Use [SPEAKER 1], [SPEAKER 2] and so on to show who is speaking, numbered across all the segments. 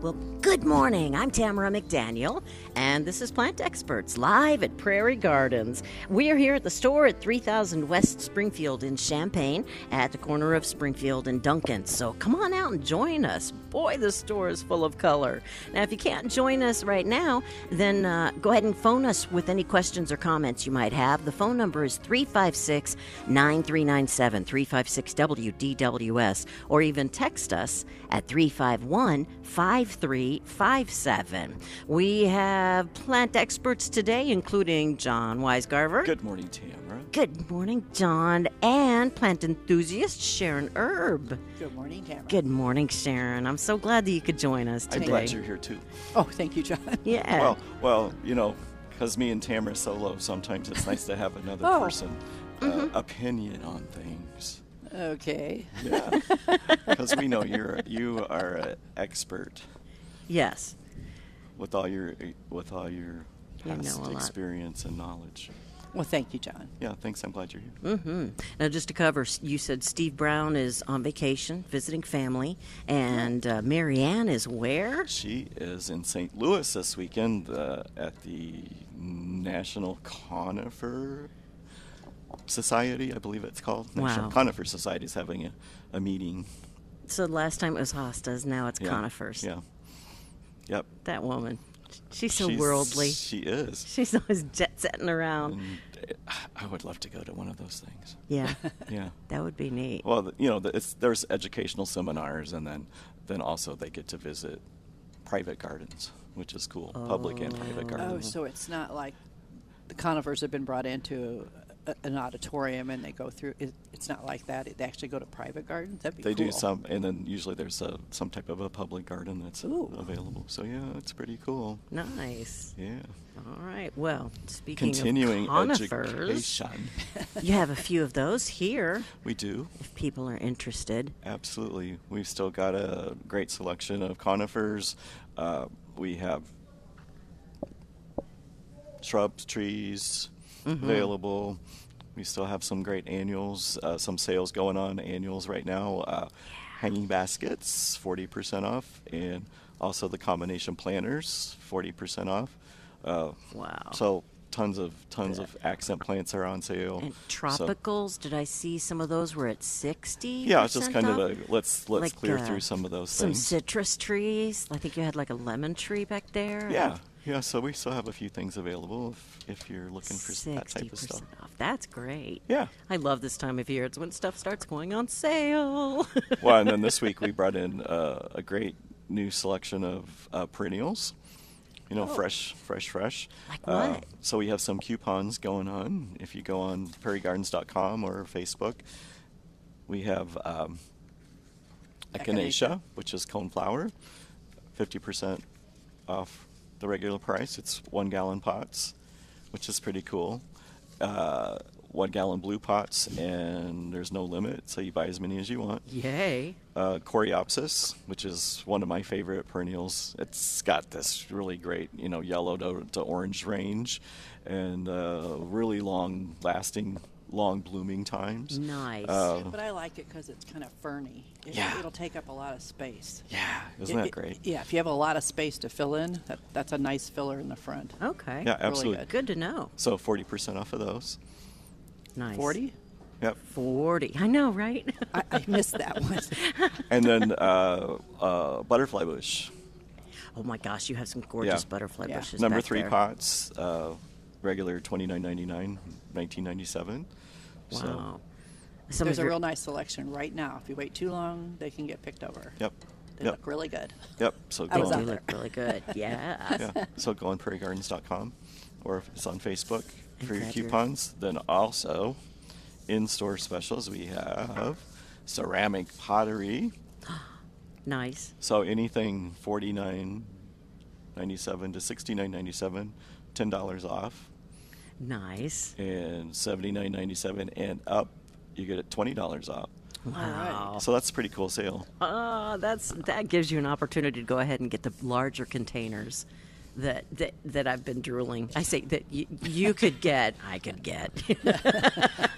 [SPEAKER 1] Well, good morning. I'm Tamara McDaniel, and this is Plant Experts live at Prairie Gardens. We are here at the store at 3000 West Springfield in Champaign at the corner of Springfield and Duncan. So come on out and join us. Boy, the store is full of color. Now, if you can't join us right now, then uh, go ahead and phone us with any questions or comments you might have. The phone number is 356 9397 356 WDWS, or even text us at 351 5357. We have plant experts today, including John Weisgarver.
[SPEAKER 2] Good morning, Tamara.
[SPEAKER 1] Good morning, John, and plant enthusiast Sharon Herb.
[SPEAKER 3] Good morning, Tamara.
[SPEAKER 1] Good morning, Sharon. I'm so glad that you could join us today.
[SPEAKER 2] I'm glad you're here too.
[SPEAKER 3] Oh, thank you, John.
[SPEAKER 1] Yeah.
[SPEAKER 2] Well, well, you know, because me and Tamara are so low, sometimes it's nice to have another
[SPEAKER 3] Oh.
[SPEAKER 2] person uh,
[SPEAKER 1] Mm-hmm.
[SPEAKER 2] opinion on things.
[SPEAKER 3] Okay.
[SPEAKER 2] Yeah, because we know you're you are an expert
[SPEAKER 1] yes.
[SPEAKER 2] with all your with all your
[SPEAKER 1] You know
[SPEAKER 2] past
[SPEAKER 1] a lot.
[SPEAKER 2] experience and knowledge.
[SPEAKER 3] Well, thank you, John.
[SPEAKER 2] Yeah, thanks. I'm glad you're here.
[SPEAKER 1] Now, just to cover, you said Steve Brown is on vacation visiting family, and uh, Marianne is where?
[SPEAKER 2] She is in St. Louis this weekend uh, at the National Conifer Society, I believe it's called. National
[SPEAKER 1] Wow.
[SPEAKER 2] Conifer Society is having a, a meeting.
[SPEAKER 1] So the last time it was Hostas, now it's
[SPEAKER 2] Yeah,
[SPEAKER 1] Conifers.
[SPEAKER 2] Yeah. Yep.
[SPEAKER 1] That woman, she's so
[SPEAKER 2] She's-
[SPEAKER 1] worldly.
[SPEAKER 2] She is.
[SPEAKER 1] She's always jet setting around.
[SPEAKER 2] And uh, I would love to go to one of those things.
[SPEAKER 1] Yeah,
[SPEAKER 2] Yeah.
[SPEAKER 1] that would be neat.
[SPEAKER 2] Well, the- you know, the- it's, there's educational seminars, and then, then also they get to visit private gardens, which is cool. Public and private
[SPEAKER 3] Oh,
[SPEAKER 2] gardens.
[SPEAKER 3] so it's not like the conifers have been brought into a, an auditorium and they go through. It, it's not like that. They actually go to private gardens. That'd be
[SPEAKER 2] They do
[SPEAKER 3] cool.
[SPEAKER 2] some, and then usually there's a, some type of a public garden that's
[SPEAKER 3] Ooh.
[SPEAKER 2] available. So yeah, it's pretty cool.
[SPEAKER 1] Nice.
[SPEAKER 2] Yeah.
[SPEAKER 1] All right. Well, speaking
[SPEAKER 2] Continuing
[SPEAKER 1] of conifers,
[SPEAKER 2] education,
[SPEAKER 1] you have a few of those here
[SPEAKER 2] we do
[SPEAKER 1] if people are interested.
[SPEAKER 2] absolutely. We've still got a great selection of conifers. Uh, we have shrubs, trees
[SPEAKER 1] Mm-hmm.
[SPEAKER 2] available. We still have some great annuals, uh, some sales going on annuals right now. Uh, Hanging baskets, 40% off, and also the combination planters, 40% off. Uh,
[SPEAKER 1] Wow.
[SPEAKER 2] So tons of tons of accent plants are on sale.
[SPEAKER 1] and
[SPEAKER 2] So-
[SPEAKER 1] tropicals, did I see some of those were at 60?
[SPEAKER 2] yeah, it's just kind of a let's let's
[SPEAKER 1] Like,
[SPEAKER 2] clear
[SPEAKER 1] uh,
[SPEAKER 2] through some of those
[SPEAKER 1] Some
[SPEAKER 2] things.
[SPEAKER 1] citrus trees. I think you had like a lemon tree back there.
[SPEAKER 2] yeah, yeah. So we still have a few things available if, if you're looking for s-
[SPEAKER 1] Sixty
[SPEAKER 2] that type of stuff.
[SPEAKER 1] percent off. That's great.
[SPEAKER 2] Yeah.
[SPEAKER 1] I love this time of year. It's when stuff starts going on sale.
[SPEAKER 2] Well, and then this week we brought in uh, a great new selection of uh, perennials. You know, fresh, fresh, fresh.
[SPEAKER 1] Oh. Like
[SPEAKER 2] Uh,
[SPEAKER 1] what?
[SPEAKER 2] so we have some coupons going on. If you go on prairiegardens.com or Facebook, we have um, echinacea,
[SPEAKER 3] Echinacea.
[SPEAKER 2] which is coneflower, 50% off the regular price. It's one gallon pots, which is pretty cool. Uh, one gallon blue pots, and there's no limit, so you buy as many as you want
[SPEAKER 1] Yay.
[SPEAKER 2] uh, Coreopsis, which is one of my favorite perennials. It's got this really great, you know, yellow to, to orange range, and uh, really long lasting, long blooming times.
[SPEAKER 1] Nice.
[SPEAKER 2] Uh,
[SPEAKER 3] But I like it because it's kind of ferny. It,
[SPEAKER 2] Yeah.
[SPEAKER 3] It'll take up a lot of space.
[SPEAKER 2] yeah, isn't
[SPEAKER 3] It-
[SPEAKER 2] that
[SPEAKER 3] it-
[SPEAKER 2] great?
[SPEAKER 3] Yeah. If you have a lot of space to fill in, that, that's a nice filler in the front.
[SPEAKER 1] okay.
[SPEAKER 2] Yeah, absolutely.
[SPEAKER 3] good.
[SPEAKER 1] Good to know.
[SPEAKER 2] So forty percent off of those.
[SPEAKER 1] Nice.
[SPEAKER 3] Forty.
[SPEAKER 2] Yep.
[SPEAKER 1] 40. I know, right?
[SPEAKER 3] I, I missed that one.
[SPEAKER 2] And then uh, uh, butterfly bush,
[SPEAKER 1] oh my gosh, you have some gorgeous butterfly
[SPEAKER 3] Yeah.
[SPEAKER 1] bushes.
[SPEAKER 2] number
[SPEAKER 1] back
[SPEAKER 2] three
[SPEAKER 1] there.
[SPEAKER 2] pots, uh, regular twenty nine ninety nine, nineteen ninety seven.
[SPEAKER 1] Wow.
[SPEAKER 2] So,
[SPEAKER 1] Some
[SPEAKER 3] There's
[SPEAKER 1] of
[SPEAKER 3] a
[SPEAKER 1] your-
[SPEAKER 3] real nice selection right now. If you wait too long, they can get picked over.
[SPEAKER 2] yep.
[SPEAKER 3] They
[SPEAKER 2] Yep.
[SPEAKER 3] look really good.
[SPEAKER 2] Yep. So
[SPEAKER 3] I
[SPEAKER 2] go
[SPEAKER 3] was
[SPEAKER 2] on.
[SPEAKER 1] they
[SPEAKER 3] out
[SPEAKER 1] look
[SPEAKER 3] there.
[SPEAKER 1] really good. Oh, Yeah.
[SPEAKER 2] yeah. So go on prairiegardens.com or if it's on Facebook
[SPEAKER 1] And
[SPEAKER 2] for your
[SPEAKER 1] grab your-
[SPEAKER 2] coupons. Then also in store specials, we have ceramic pottery.
[SPEAKER 1] Nice.
[SPEAKER 2] So anything forty nine ninety seven to sixty nine ninety seven, ten dollars off,
[SPEAKER 1] Nice.
[SPEAKER 2] and seventy nine ninety seven and up, you get it twenty dollars off.
[SPEAKER 1] Wow.
[SPEAKER 2] So that's a pretty cool sale.
[SPEAKER 1] Ah, that's that gives you an opportunity to go ahead and get the larger containers that that, that I've been drooling. I say that you, you could get, I could get.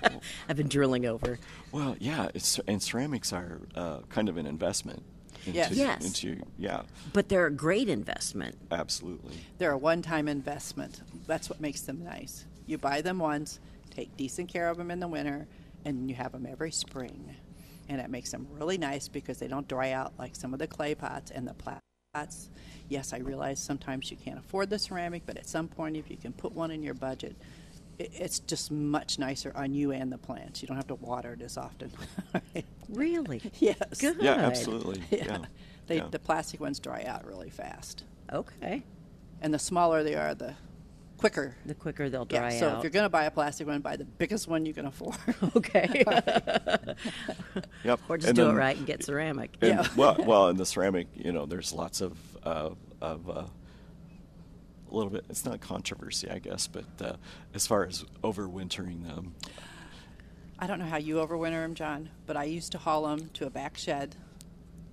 [SPEAKER 1] I've been drooling over.
[SPEAKER 2] Well, yeah, it's, and ceramics are uh, kind of an investment.
[SPEAKER 3] Yes.
[SPEAKER 2] into-
[SPEAKER 1] Yes.
[SPEAKER 2] into yeah,
[SPEAKER 1] But they're a great investment.
[SPEAKER 2] absolutely.
[SPEAKER 3] They're a one-time investment. That's what makes them nice. You buy them once, take decent care of them in the winter, and you have them every spring. And it makes them really nice because they don't dry out like some of the clay pots and the plastic pots. Yes, I realize sometimes you can't afford the ceramic, but at some point, if you can put one in your budget, i- it's just much nicer on you and the plants. You don't have to water it as often.
[SPEAKER 1] Really?
[SPEAKER 3] Yes.
[SPEAKER 1] Good.
[SPEAKER 2] Yeah, absolutely.
[SPEAKER 3] Yeah.
[SPEAKER 2] Yeah.
[SPEAKER 3] They,
[SPEAKER 2] yeah.
[SPEAKER 3] The plastic ones dry out really fast.
[SPEAKER 1] Okay.
[SPEAKER 3] And the smaller they are, the quicker
[SPEAKER 1] The quicker they'll
[SPEAKER 3] yeah,
[SPEAKER 1] dry
[SPEAKER 3] so
[SPEAKER 1] out.
[SPEAKER 3] if you're going to buy a plastic one, buy the biggest one you can afford.
[SPEAKER 1] okay.
[SPEAKER 2] Yep.
[SPEAKER 1] or just
[SPEAKER 2] And
[SPEAKER 1] do it
[SPEAKER 2] then-
[SPEAKER 1] right and get ceramic.
[SPEAKER 2] And,
[SPEAKER 3] Yeah.
[SPEAKER 2] well, well, in the ceramic, you know, there's lots of uh, of uh, a little bit. It's not controversy, I guess, but uh, as far as overwintering them,
[SPEAKER 3] I don't know how you overwinter them, John, but I used to haul them to a back shed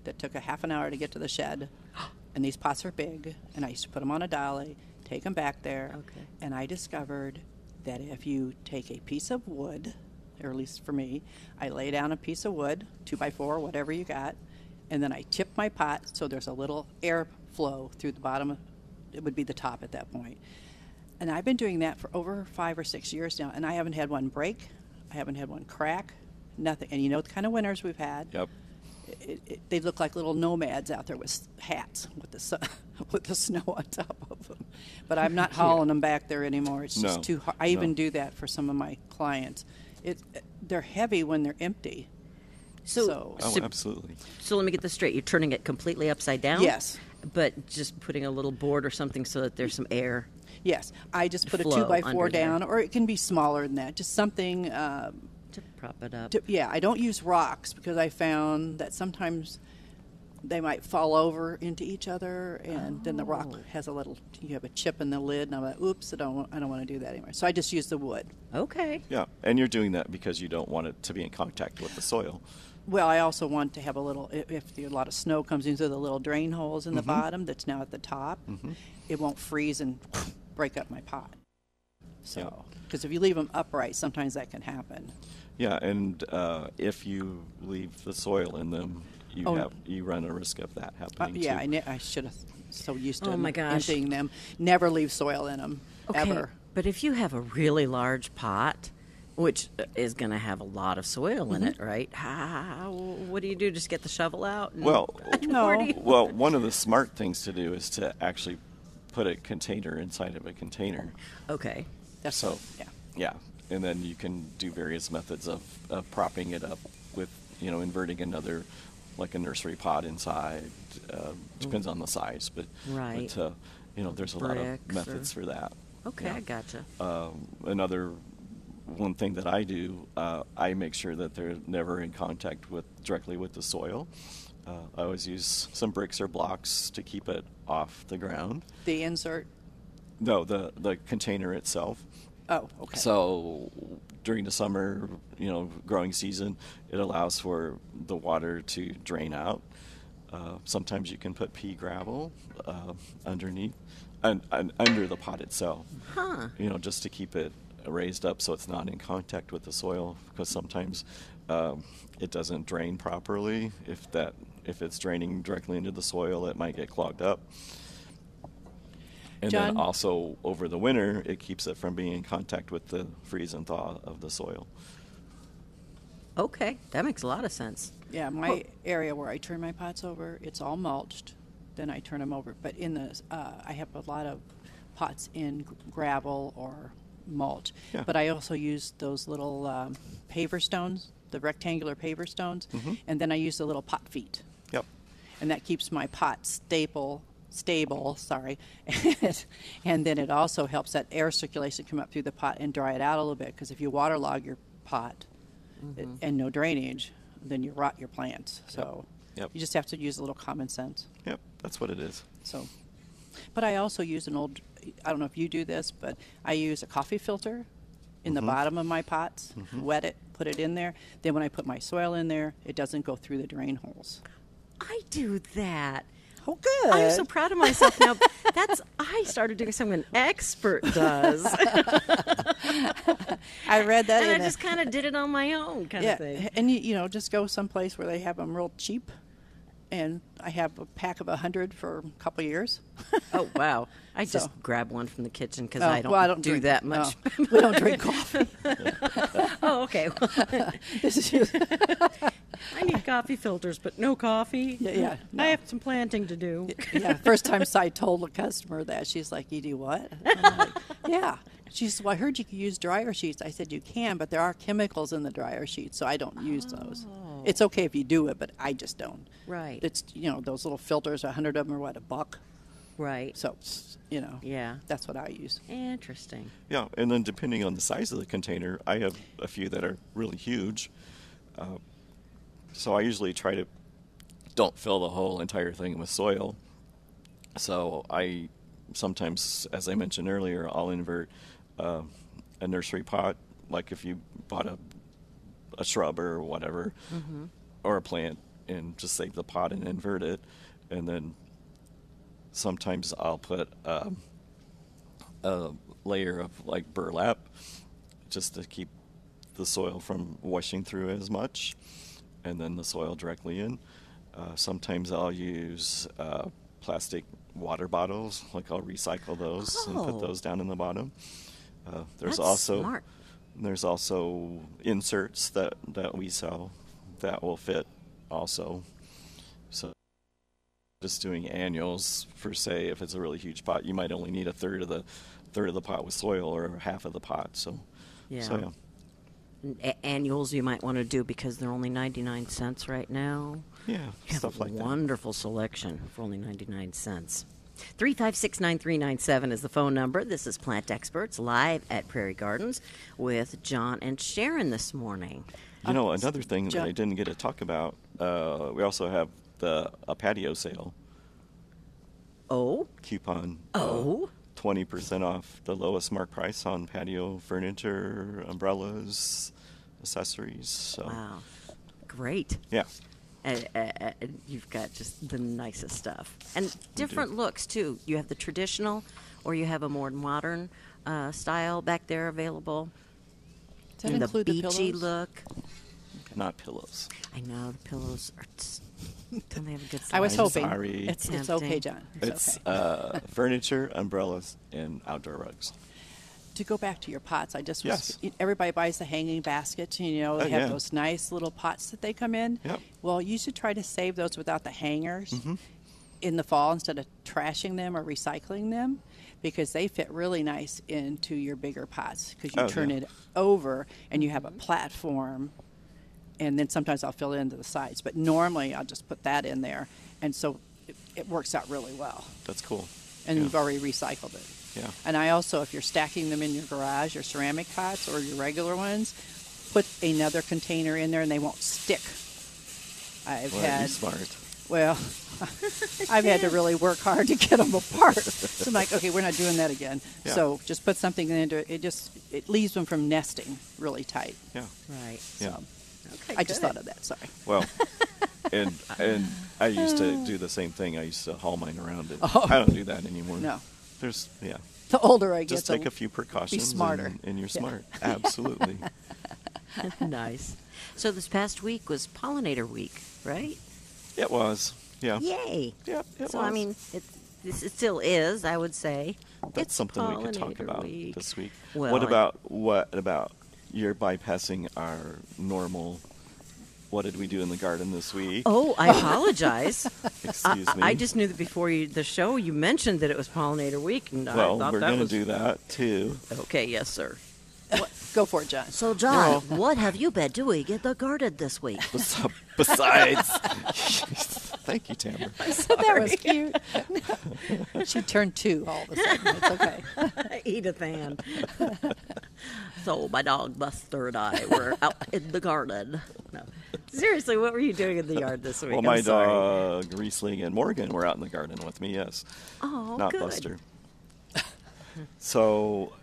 [SPEAKER 3] that took a half an hour to get to the shed. And these pots are big, and I used to put them on a dolly, take them back there.
[SPEAKER 1] Okay.
[SPEAKER 3] And I discovered that if you take a piece of wood, or at least for me, I lay down a piece of wood, two by four, whatever you got, and then I tip my pot so there's a little air flow through the bottom. It would be the top at that point. And I've been doing that for over five or six years now, and I haven't had one break, I haven't had one crack, nothing. And you know the kind of winters we've had
[SPEAKER 2] yep,
[SPEAKER 3] it, it, they look like little nomads out there with s- hats with the sun, with the snow on top of them. But I'm not hauling them back there anymore. It's just
[SPEAKER 2] No,
[SPEAKER 3] too hard. I even
[SPEAKER 2] no.
[SPEAKER 3] do that for some of my clients. It they're heavy when they're empty.
[SPEAKER 1] So,
[SPEAKER 3] So-
[SPEAKER 1] so,
[SPEAKER 2] oh, absolutely.
[SPEAKER 1] so let me get this straight. You're turning it completely upside down?
[SPEAKER 3] Yes.
[SPEAKER 1] But just putting a little board or something so that there's some air.
[SPEAKER 3] Yes, I just put a two
[SPEAKER 1] Flow
[SPEAKER 3] by four
[SPEAKER 1] under there.
[SPEAKER 3] down, or it can be smaller than that. Just something. Um,
[SPEAKER 1] to prop it up.
[SPEAKER 3] to- yeah, I don't use rocks because I found that sometimes they might fall over into each other, and then the rock has a little. You have a chip in the lid, and I'm like, oops, I don't, want, I don't want to do that anymore. So I just use the wood.
[SPEAKER 1] okay.
[SPEAKER 2] Yeah, and you're doing that because you don't want it to be in contact with the soil.
[SPEAKER 3] Well, I also want to have a little. i- If the- a lot of snow comes in through the little drain holes in the bottom, that's now at the top, it won't freeze and break up my pot. So, because if you leave them upright, sometimes that can happen.
[SPEAKER 2] Yeah, and uh, if you leave the soil in them, you
[SPEAKER 3] Oh.
[SPEAKER 2] have you run a risk of that
[SPEAKER 3] Uh,
[SPEAKER 2] happening.
[SPEAKER 3] yeah,
[SPEAKER 2] too.
[SPEAKER 3] I, ne- I should have. So used to
[SPEAKER 1] Oh my gosh.
[SPEAKER 3] emptying them. Never leave soil in them. Ever.
[SPEAKER 1] But if you have a really large pot, which is going to have a lot of soil in
[SPEAKER 3] Mm-hmm.
[SPEAKER 1] it, right? How, what do you do? Just get the shovel out? And
[SPEAKER 2] Well,
[SPEAKER 1] Where do you-
[SPEAKER 2] well, one of the smart things to do is to actually put a container inside of a container.
[SPEAKER 1] okay.
[SPEAKER 3] That's
[SPEAKER 2] So,
[SPEAKER 3] yeah.
[SPEAKER 2] yeah, and then you can do various methods of, of propping it up with, you know, inverting another, like a nursery pot inside. Uh, depends on the size, but
[SPEAKER 1] Right.
[SPEAKER 2] But, uh, you know, there's a lot of
[SPEAKER 1] Bricks
[SPEAKER 2] methods
[SPEAKER 1] or-
[SPEAKER 2] for that.
[SPEAKER 1] Okay,
[SPEAKER 2] Yeah.
[SPEAKER 1] I gotcha.
[SPEAKER 2] Um, another one thing that I do, uh, I make sure that they're never in contact with directly with the soil. Uh, I always use some bricks or blocks to keep it off the ground.
[SPEAKER 3] The insert.
[SPEAKER 2] No, the the container itself.
[SPEAKER 3] Oh, okay.
[SPEAKER 2] So during the summer, you know, growing season, it allows for the water to drain out. Uh, sometimes you can put pea gravel uh, underneath and, and under the pot itself.
[SPEAKER 1] Huh.
[SPEAKER 2] You know, just to keep it raised up so it's not in contact with the soil because sometimes um, it doesn't drain properly. If that if it's draining directly into the soil, it might get clogged up. And
[SPEAKER 3] John?
[SPEAKER 2] then also over the winter, it keeps it from being in contact with the freeze and thaw of the soil.
[SPEAKER 1] Okay, that makes a lot of sense.
[SPEAKER 3] yeah, my area where I turn my pots over, it's all mulched. Then I turn them over. But in the, uh, I have a lot of pots in g- gravel or mulch.
[SPEAKER 2] Yeah.
[SPEAKER 3] But I also use those little um, paver stones, the rectangular paver stones,
[SPEAKER 2] Mm-hmm.
[SPEAKER 3] and then I use the little pot feet.
[SPEAKER 2] Yep.
[SPEAKER 3] and that keeps my pot staple stable sorry and then it also helps that air circulation come up through the pot and dry it out a little bit because if you waterlog your pot i- and no drainage then you rot your plants so
[SPEAKER 2] Yep.
[SPEAKER 3] you just have to use a little common sense
[SPEAKER 2] Yep. That's what it is.
[SPEAKER 3] so but i also use an old i don't know if you do this but i use a coffee filter in the bottom of my pots wet it put it in there then when i put my soil in there it doesn't go through the drain holes
[SPEAKER 1] I do that.
[SPEAKER 3] oh good
[SPEAKER 1] I'm so proud of myself now. That's I started doing something an expert does, and
[SPEAKER 3] I read that.
[SPEAKER 1] I
[SPEAKER 3] in a-
[SPEAKER 1] just kind of did it on my own, kind
[SPEAKER 3] yeah,
[SPEAKER 1] of thing.
[SPEAKER 3] and you, you know, just go someplace where they have them real cheap, and I have a pack of 100 for a couple years.
[SPEAKER 1] Oh wow! I
[SPEAKER 3] So-
[SPEAKER 1] just grab one from the kitchen because
[SPEAKER 3] Oh,
[SPEAKER 1] I don't
[SPEAKER 3] well,
[SPEAKER 1] do
[SPEAKER 3] drink- Oh.
[SPEAKER 1] that much.
[SPEAKER 3] no, we don't drink coffee.
[SPEAKER 1] oh, okay. Well,
[SPEAKER 3] This is just-
[SPEAKER 4] I need coffee filters, but no coffee.
[SPEAKER 3] Yeah, yeah, no.
[SPEAKER 4] I have some planting to do.
[SPEAKER 3] yeah, first time I told a customer that, she's like, "You do what?" I'm like, yeah. She says, "Well, I heard you could use dryer sheets." I said, "You can, but there are chemicals in the dryer sheets, so I don't use those. It's okay if you do it, but I just don't."
[SPEAKER 1] Oh. Right.
[SPEAKER 3] It's you know those little filters, a hundred of them are what a buck.
[SPEAKER 1] right.
[SPEAKER 3] So s- you know.
[SPEAKER 1] Yeah.
[SPEAKER 3] That's what I use.
[SPEAKER 1] Interesting.
[SPEAKER 2] Yeah, and then depending on the size of the container, I have a few that are really huge. Uh, so I usually try to don't fill the whole entire thing with soil. So I sometimes, as I mentioned earlier, I'll invert uh, a nursery pot, like if you bought a a shrub or whatever,
[SPEAKER 1] Mm-hmm.
[SPEAKER 2] or a plant, and just save the pot and invert it, and then sometimes I'll put. Um, a layer of like burlap just to keep the soil from washing through as much and then the soil directly in. Uh, sometimes I'll use uh, plastic water bottles, like I'll recycle those and
[SPEAKER 1] Oh.
[SPEAKER 2] put those down in the bottom. Uh, there's
[SPEAKER 1] That's
[SPEAKER 2] also
[SPEAKER 1] smart.
[SPEAKER 2] there's also inserts that, that we sell that will fit also. So just doing annuals for say if it's a really huge pot you might only need a third of the third of the pot with soil or half of the pot so so
[SPEAKER 1] Yeah. N- a- annuals you might want to do because they're only 99 cents right now.
[SPEAKER 2] yeah,
[SPEAKER 1] You
[SPEAKER 2] yeah
[SPEAKER 1] have
[SPEAKER 2] stuff
[SPEAKER 1] a
[SPEAKER 2] like that
[SPEAKER 1] wonderful selection for only 99 cents. 356-9397 is the phone number. This is Plant Experts live at Prairie Gardens with John and Sharon this morning.
[SPEAKER 2] you know another thing that
[SPEAKER 3] John-
[SPEAKER 2] i didn't get to talk about uh, we also have the a patio sale
[SPEAKER 1] Oh,
[SPEAKER 2] coupon uh,
[SPEAKER 1] oh,
[SPEAKER 2] 20% off the lowest mark price on patio furniture umbrellas accessories so
[SPEAKER 1] wow. Great.
[SPEAKER 2] yeah
[SPEAKER 1] Uh, uh, uh, you've got just the nicest stuff and different looks too. You have the traditional, or you have a more modern uh, style back there available.
[SPEAKER 3] Does that
[SPEAKER 1] And the
[SPEAKER 3] include the
[SPEAKER 1] beachy
[SPEAKER 3] pillows?
[SPEAKER 1] look.
[SPEAKER 2] not pillows
[SPEAKER 1] I know the pillows are. Just, don't they have a good?
[SPEAKER 3] I was
[SPEAKER 1] selection?
[SPEAKER 2] I'm
[SPEAKER 3] hoping.
[SPEAKER 2] sorry.
[SPEAKER 3] It's, it's
[SPEAKER 1] Tempting.
[SPEAKER 3] okay, John. It's,
[SPEAKER 2] it's
[SPEAKER 3] okay.
[SPEAKER 2] uh, furniture umbrellas and outdoor rugs
[SPEAKER 3] to go back to your pots, I just was,
[SPEAKER 2] Yes.
[SPEAKER 3] everybody buys the hanging baskets. You know, they
[SPEAKER 2] Oh,
[SPEAKER 3] have
[SPEAKER 2] yeah.
[SPEAKER 3] those nice little pots that they come in.
[SPEAKER 2] Yep. Mm-hmm.
[SPEAKER 3] Well, you should try to save those without the hangers in the fall instead of trashing them or recycling them because they fit really nice into your bigger pots because you
[SPEAKER 2] Oh,
[SPEAKER 3] turn
[SPEAKER 2] yeah. Mm-hmm.
[SPEAKER 3] it over and you have a platform. And then sometimes I'll fill it into the sides, but normally I'll just put that in there. And so it, it works out really well
[SPEAKER 2] that's cool
[SPEAKER 3] and
[SPEAKER 2] Yeah.
[SPEAKER 3] you've already recycled it.
[SPEAKER 2] Yeah.
[SPEAKER 3] And I also, if you're stacking them in your garage, your ceramic pots or your regular ones, put another container in there and they won't stick. I've
[SPEAKER 2] Well, you
[SPEAKER 3] had
[SPEAKER 2] smart.
[SPEAKER 3] well, I've had to really work hard to get them apart. So I'm like, okay, we're not doing that again.
[SPEAKER 2] Yeah.
[SPEAKER 3] So just put something into it. It just it leaves them from nesting really tight.
[SPEAKER 2] Yeah.
[SPEAKER 1] Right.
[SPEAKER 2] Yeah.
[SPEAKER 1] Okay.
[SPEAKER 3] I just
[SPEAKER 1] good.
[SPEAKER 3] thought of that. Sorry.
[SPEAKER 2] Well, and and I used to do the same thing. I used to haul mine around. And I don't do that anymore.
[SPEAKER 3] Oh. No.
[SPEAKER 2] There's yeah.
[SPEAKER 3] The older I get,
[SPEAKER 2] Just
[SPEAKER 3] the-
[SPEAKER 2] take a few precautions.
[SPEAKER 3] smarter.
[SPEAKER 2] And, and you're
[SPEAKER 3] Yeah.
[SPEAKER 2] smart. Absolutely.
[SPEAKER 1] nice. So this past week was pollinator week, right?
[SPEAKER 2] it was. Yeah.
[SPEAKER 1] Yay.
[SPEAKER 2] Yeah, it
[SPEAKER 1] so I
[SPEAKER 2] was.
[SPEAKER 1] mean, it, this, it still is, I would say.
[SPEAKER 2] That's
[SPEAKER 1] It's
[SPEAKER 2] something we could talk
[SPEAKER 1] pollinator
[SPEAKER 2] about
[SPEAKER 1] week.
[SPEAKER 2] this week.
[SPEAKER 1] Well,
[SPEAKER 2] what
[SPEAKER 1] I-
[SPEAKER 2] about what about you're bypassing our normal? What did we do in the garden this week?
[SPEAKER 1] Oh, I apologize.
[SPEAKER 2] Excuse me.
[SPEAKER 1] I just knew that before you, the show, you mentioned that it was pollinator week, and I
[SPEAKER 2] well,
[SPEAKER 1] thought
[SPEAKER 2] we're
[SPEAKER 1] that
[SPEAKER 2] gonna
[SPEAKER 1] was
[SPEAKER 2] do that too.
[SPEAKER 1] okay. Yes, sir.
[SPEAKER 3] go for it, John.
[SPEAKER 1] So, John, what have you been doing in the garden this week?
[SPEAKER 2] Bes- Besides, thank you, Tamara.
[SPEAKER 3] That was cute. she turned two all of a sudden. It's okay.
[SPEAKER 1] Edith Ann. so my dog Buster and I were out in the garden. No. Seriously, what were you doing in the yard this week?
[SPEAKER 2] Well,
[SPEAKER 1] I'm
[SPEAKER 2] my
[SPEAKER 1] sorry.
[SPEAKER 2] dog Riesling and Morgan were out in the garden with me. Yes.
[SPEAKER 1] Oh,
[SPEAKER 2] Not
[SPEAKER 1] good.
[SPEAKER 2] Buster. so,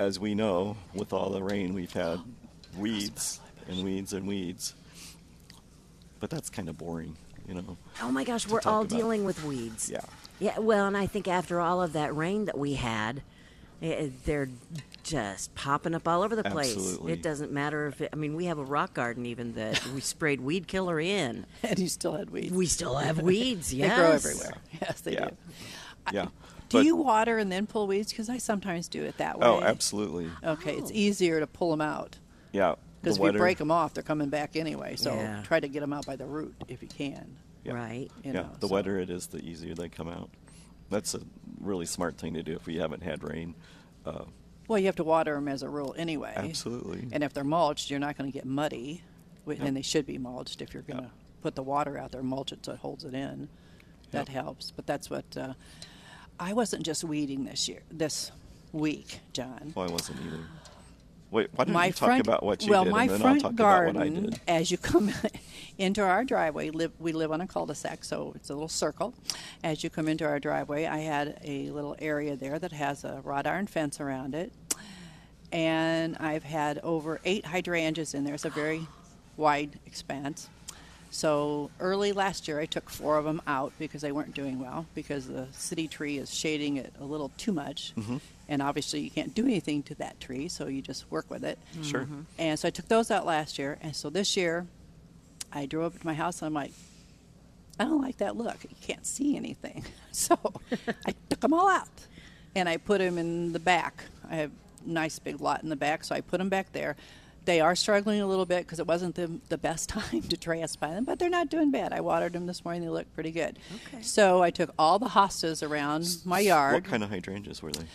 [SPEAKER 2] as we know, with all the rain we've had, weeds and weeds and weeds. But that's kind of boring, you know.
[SPEAKER 1] Oh my gosh, we're
[SPEAKER 2] talk
[SPEAKER 1] all
[SPEAKER 2] about.
[SPEAKER 1] dealing with weeds.
[SPEAKER 2] Yeah.
[SPEAKER 1] Yeah. Well, and I think after all of that rain that we had, eh, eh, they're just popping up all over the place.
[SPEAKER 2] Absolutely.
[SPEAKER 1] It doesn't matter if it, I mean we have a rock garden even that we sprayed weed killer in.
[SPEAKER 3] and you still had weeds.
[SPEAKER 1] We still have weeds.
[SPEAKER 3] they
[SPEAKER 1] Yes,
[SPEAKER 3] grow everywhere. Yes, they
[SPEAKER 2] Yeah.
[SPEAKER 3] do.
[SPEAKER 2] Yeah.
[SPEAKER 3] Do
[SPEAKER 2] But-
[SPEAKER 3] you water and then pull weeds? Because I sometimes do it that way.
[SPEAKER 2] Oh, absolutely.
[SPEAKER 3] Okay,
[SPEAKER 1] Oh.
[SPEAKER 3] it's easier to pull them out
[SPEAKER 2] Yeah. the
[SPEAKER 3] because if you
[SPEAKER 2] weather-
[SPEAKER 3] break them off, they're coming back anyway. So
[SPEAKER 1] Yeah.
[SPEAKER 3] try to get them out by the root if you can.
[SPEAKER 2] Yeah.
[SPEAKER 1] Right.
[SPEAKER 3] You
[SPEAKER 2] yeah,
[SPEAKER 3] know,
[SPEAKER 2] the
[SPEAKER 3] so-
[SPEAKER 2] wetter it is, the easier they come out. That's a really smart thing to do if we haven't had rain. Uh,
[SPEAKER 3] Well, you have to water them as a rule anyway.
[SPEAKER 2] Absolutely.
[SPEAKER 3] And if they're mulched, you're not going to get muddy, wh-
[SPEAKER 2] Yep.
[SPEAKER 3] and they should be mulched if you're going to put the water out there, mulch it so it holds it in. That
[SPEAKER 2] Yep.
[SPEAKER 3] helps. But that's what uh, I wasn't just weeding this year, this week, John.
[SPEAKER 2] well, I wasn't either. Wait, why don't
[SPEAKER 3] my
[SPEAKER 2] you talk
[SPEAKER 3] front,
[SPEAKER 2] about what you
[SPEAKER 3] well,
[SPEAKER 2] did,
[SPEAKER 3] my
[SPEAKER 2] and then I'll
[SPEAKER 3] front
[SPEAKER 2] talk
[SPEAKER 3] garden,
[SPEAKER 2] about what I did.
[SPEAKER 3] As you come into our driveway, live, we live on a cul-de-sac, so it's a little circle. As you come into our driveway, I had a little area there that has a wrought iron fence around it, and I've had over eight hydrangeas in there. It's a very wide expanse. So early last year, I took four of them out because they weren't doing well because the city tree is shading it a little too much. And obviously, you can't do anything to that tree, so you just work with it.
[SPEAKER 2] Sure.
[SPEAKER 3] And so I took those out last year. And so this year, I drove up to my house and I'm like, I don't like that look. You can't see anything. So I took them all out and I put them in the back. I have a nice big lot in the back, so I put them back there. They are struggling a little bit because it wasn't the, the best time to transplant them, but they're not doing bad. I watered them this morning. They look pretty good.
[SPEAKER 1] Okay.
[SPEAKER 3] So I took all the hostas around my yard.
[SPEAKER 2] What kind of hydrangeas were they?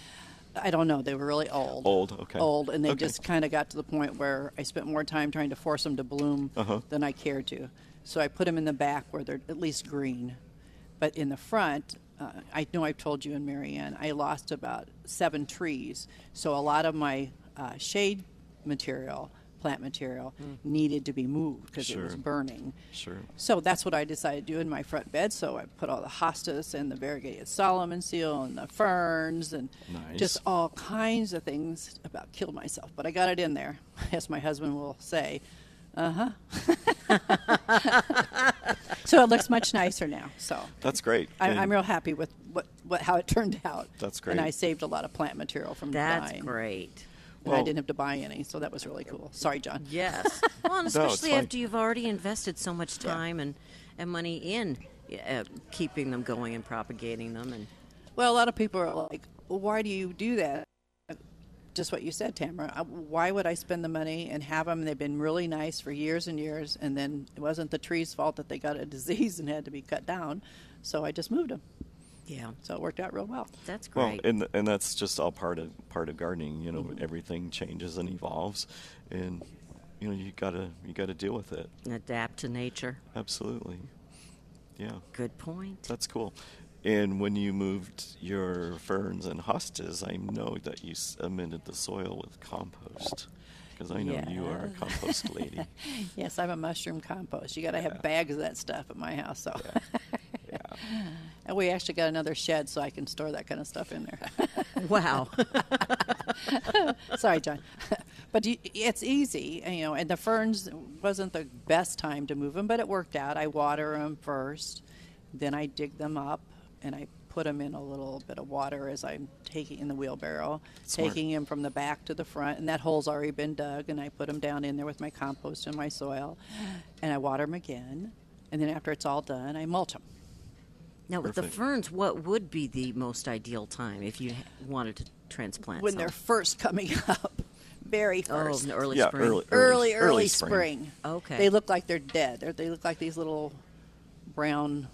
[SPEAKER 3] I don't know. They were really old.
[SPEAKER 2] Old, okay.
[SPEAKER 3] Old, and they
[SPEAKER 2] Okay.
[SPEAKER 3] just kind of got to the point where I spent more time trying to force them to bloom
[SPEAKER 2] Uh-huh.
[SPEAKER 3] than I cared to. So I put them in the back where they're at least green. But in the front, uh, I know I've told you and Marianne, I lost about seven trees. So a lot of my uh, shade material, plant material, needed to be moved because it was
[SPEAKER 2] Hmm. Sure.
[SPEAKER 3] burning.
[SPEAKER 2] Sure.
[SPEAKER 3] So that's what I decided to do in my front bed. So I put all the hostas and the variegated Solomon seal and the ferns and just
[SPEAKER 2] Nice.
[SPEAKER 3] all kinds of things about kill myself. But I got it in there, as my husband will say. Uh huh. so it looks much nicer now. So
[SPEAKER 2] That's great.
[SPEAKER 3] I,
[SPEAKER 2] And
[SPEAKER 3] I'm real happy with what, what how it turned out.
[SPEAKER 2] That's
[SPEAKER 3] And
[SPEAKER 2] great.
[SPEAKER 3] I saved a lot of plant material from
[SPEAKER 1] that's
[SPEAKER 3] dying.
[SPEAKER 1] great.
[SPEAKER 3] And I
[SPEAKER 2] Well-
[SPEAKER 3] didn't have to buy any, so that was really cool. Sorry, John.
[SPEAKER 1] Yes. well, and
[SPEAKER 2] No, it's
[SPEAKER 1] especially
[SPEAKER 2] fine.
[SPEAKER 1] after you've already invested so much time and, and money in uh, keeping them going and propagating them and
[SPEAKER 3] Well, a lot of people are like, well, why do you do that? Just what you said, Tamara. I- Why would I spend the money and have them? They've been really nice for years and years, and then it wasn't the tree's fault that they got a disease and had to be cut down. So I just moved them.
[SPEAKER 1] yeah,
[SPEAKER 3] So it worked out real well.
[SPEAKER 1] that's
[SPEAKER 2] Well,
[SPEAKER 1] great.
[SPEAKER 2] and and that's just all part of part of gardening. You know, everything changes and evolves, and you know you gotta you gotta deal with it.
[SPEAKER 1] Adapt to nature.
[SPEAKER 2] Absolutely. Yeah.
[SPEAKER 1] Good point.
[SPEAKER 2] That's cool. And when you moved your ferns and hostas, I know that you s- amended the soil with compost because I know you are a
[SPEAKER 3] Yeah.
[SPEAKER 2] compost lady.
[SPEAKER 3] Yes, I'm a mushroom compost. You got to have bags of that stuff at my house. So
[SPEAKER 2] Yeah.
[SPEAKER 3] and we actually got another shed so I can store that kind of stuff in there.
[SPEAKER 1] Wow.
[SPEAKER 3] Sorry, John. but you, it's easy, you know. And the ferns wasn't the best time to move them, but it worked out. I water them first, then I dig them up, and I put them in a little bit of water as I'm taking in the wheelbarrow,
[SPEAKER 2] Smart.
[SPEAKER 3] taking them from the back to the front. And that hole's already been dug, and I put them down in there with my compost and my soil, and I water them again. And then after it's all done, I mulch them.
[SPEAKER 1] Now, with the
[SPEAKER 2] Perfect.
[SPEAKER 1] ferns, what would be the most ideal time if you wanted to transplant
[SPEAKER 3] When
[SPEAKER 1] some?
[SPEAKER 3] they're first coming up, very
[SPEAKER 1] oh,
[SPEAKER 3] first.
[SPEAKER 1] in the early
[SPEAKER 2] Yeah,
[SPEAKER 1] spring.
[SPEAKER 2] early-
[SPEAKER 3] early, early,
[SPEAKER 2] early
[SPEAKER 3] spring.
[SPEAKER 2] spring.
[SPEAKER 1] Okay.
[SPEAKER 3] They look like they're dead. They're, they look like these little brown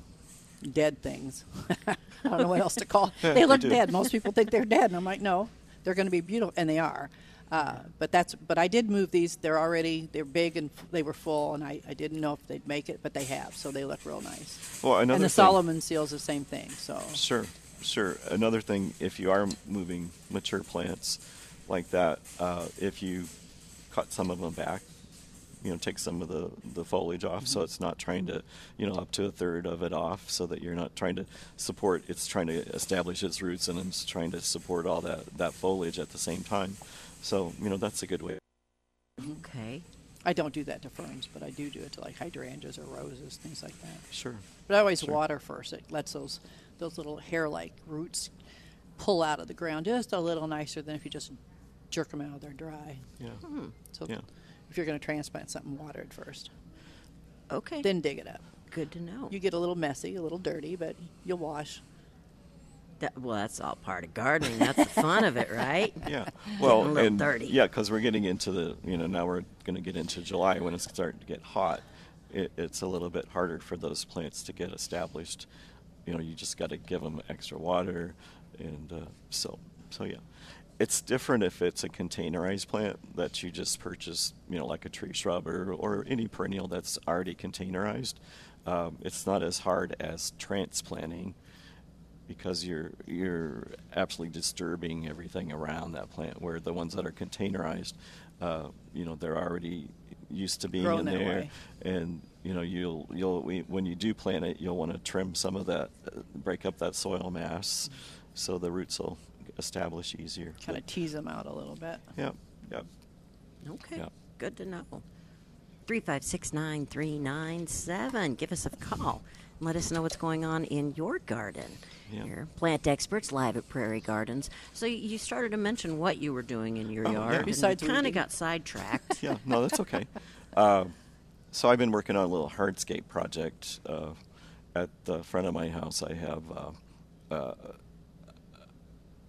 [SPEAKER 3] dead things. I don't know what else to call.
[SPEAKER 2] Yeah,
[SPEAKER 3] they
[SPEAKER 2] they
[SPEAKER 3] look
[SPEAKER 2] do.
[SPEAKER 3] dead. Most people think they're dead, and I'm like, no, they're going to be beautiful, and they are. Uh, but that's. But I did move these. They're already. They're big and f- they were full, and I, I didn't know if they'd make it, but they have. So they look real nice.
[SPEAKER 2] Well, another
[SPEAKER 3] and the
[SPEAKER 2] thing-
[SPEAKER 3] Solomon seals the same thing. So
[SPEAKER 2] Sure, sure. Another thing, if you are moving mature plants like that, uh, if you cut some of them back, you know, take some of the, the foliage off
[SPEAKER 3] Mm-hmm.
[SPEAKER 2] so it's not trying to, you know, up to a third of it off so that you're not trying to support, it's trying to establish its roots and it's trying to support all that, that foliage at the same time. So, you know, that's a good way.
[SPEAKER 1] Okay.
[SPEAKER 3] I don't do that to ferns, but I do do it to like hydrangeas or roses, things like that.
[SPEAKER 2] Sure.
[SPEAKER 3] But I always
[SPEAKER 2] Sure.
[SPEAKER 3] water first. It lets those those little hair like roots pull out of the ground just a little nicer than if you just jerk them out; they're dry.
[SPEAKER 2] Yeah.
[SPEAKER 3] So
[SPEAKER 2] Yeah.
[SPEAKER 3] if you're going to transplant something, water it first,
[SPEAKER 1] Okay.
[SPEAKER 3] then dig it up.
[SPEAKER 1] good to know.
[SPEAKER 3] You get a little messy, a little dirty, but you'll wash.
[SPEAKER 1] That, well, that's all part of gardening. That's the fun of it, right?
[SPEAKER 2] Yeah. Well,
[SPEAKER 1] a little
[SPEAKER 2] and
[SPEAKER 1] dirty.
[SPEAKER 2] yeah, because we're getting into the you know now we're going to get into July when it's starting to get hot. It, it's a little bit harder for those plants to get established. You know, you just got to give them extra water, and uh, so so yeah. It's different if it's a containerized plant that you just purchase, you know, like a tree shrub or, or any perennial that's already containerized. Um, it's not as hard as transplanting because you're you're absolutely disturbing everything around that plant. Where the ones that are containerized, uh, you know, they're already used to being
[SPEAKER 3] Grown
[SPEAKER 2] in
[SPEAKER 3] that
[SPEAKER 2] there,
[SPEAKER 3] way.
[SPEAKER 2] and you know, you'll you'll we, when you do plant it, you'll want to trim some of that, uh, break up that soil mass, so the roots will establish easier.
[SPEAKER 3] Kind of
[SPEAKER 2] But-
[SPEAKER 3] tease them out a little bit.
[SPEAKER 2] Yep. Yep.
[SPEAKER 1] Okay.
[SPEAKER 2] Yeah.
[SPEAKER 1] Good to know. 3569397. Give us a call. and Let us know what's going on in your garden.
[SPEAKER 2] Yeah.
[SPEAKER 1] You're plant experts live at Prairie Gardens. So you- you started to mention what you were doing in
[SPEAKER 2] Oh,
[SPEAKER 1] your yard, and
[SPEAKER 3] Besides
[SPEAKER 1] we kind
[SPEAKER 3] weeding.
[SPEAKER 1] of got sidetracked.
[SPEAKER 2] yeah, no, that's okay. Uh, so I've been working on a little hardscape project uh, at the front of my house. I have uh, uh,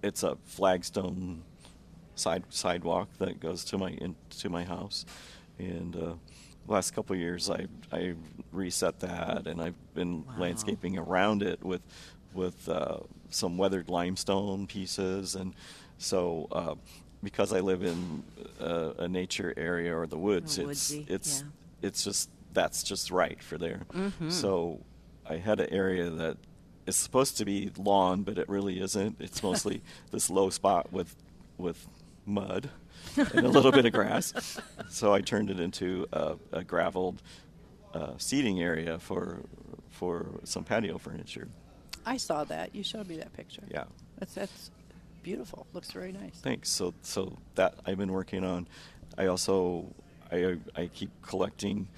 [SPEAKER 2] it's a flagstone side sidewalk that goes to my into my house, and uh, last couple of years I I reset that and I've been
[SPEAKER 1] Wow.
[SPEAKER 2] landscaping around it with with uh, some weathered limestone pieces and so. Uh, because I live in a, a nature area or the woods,
[SPEAKER 1] Oh,
[SPEAKER 2] it's
[SPEAKER 1] woodsy,
[SPEAKER 2] it's
[SPEAKER 1] yeah. Mm-hmm.
[SPEAKER 2] it's just that's just right for there. So I had an area that is supposed to be lawn, but it really isn't. It's mostly this low spot with with mud and a little bit of grass. So I turned it into a, a graveled uh, seating area for for some patio furniture.
[SPEAKER 3] I saw that. You showed me that picture.
[SPEAKER 2] Yeah.
[SPEAKER 3] That's that's beautiful. Looks very nice.
[SPEAKER 2] Thanks. So so that I've been working on. I also I I keep collecting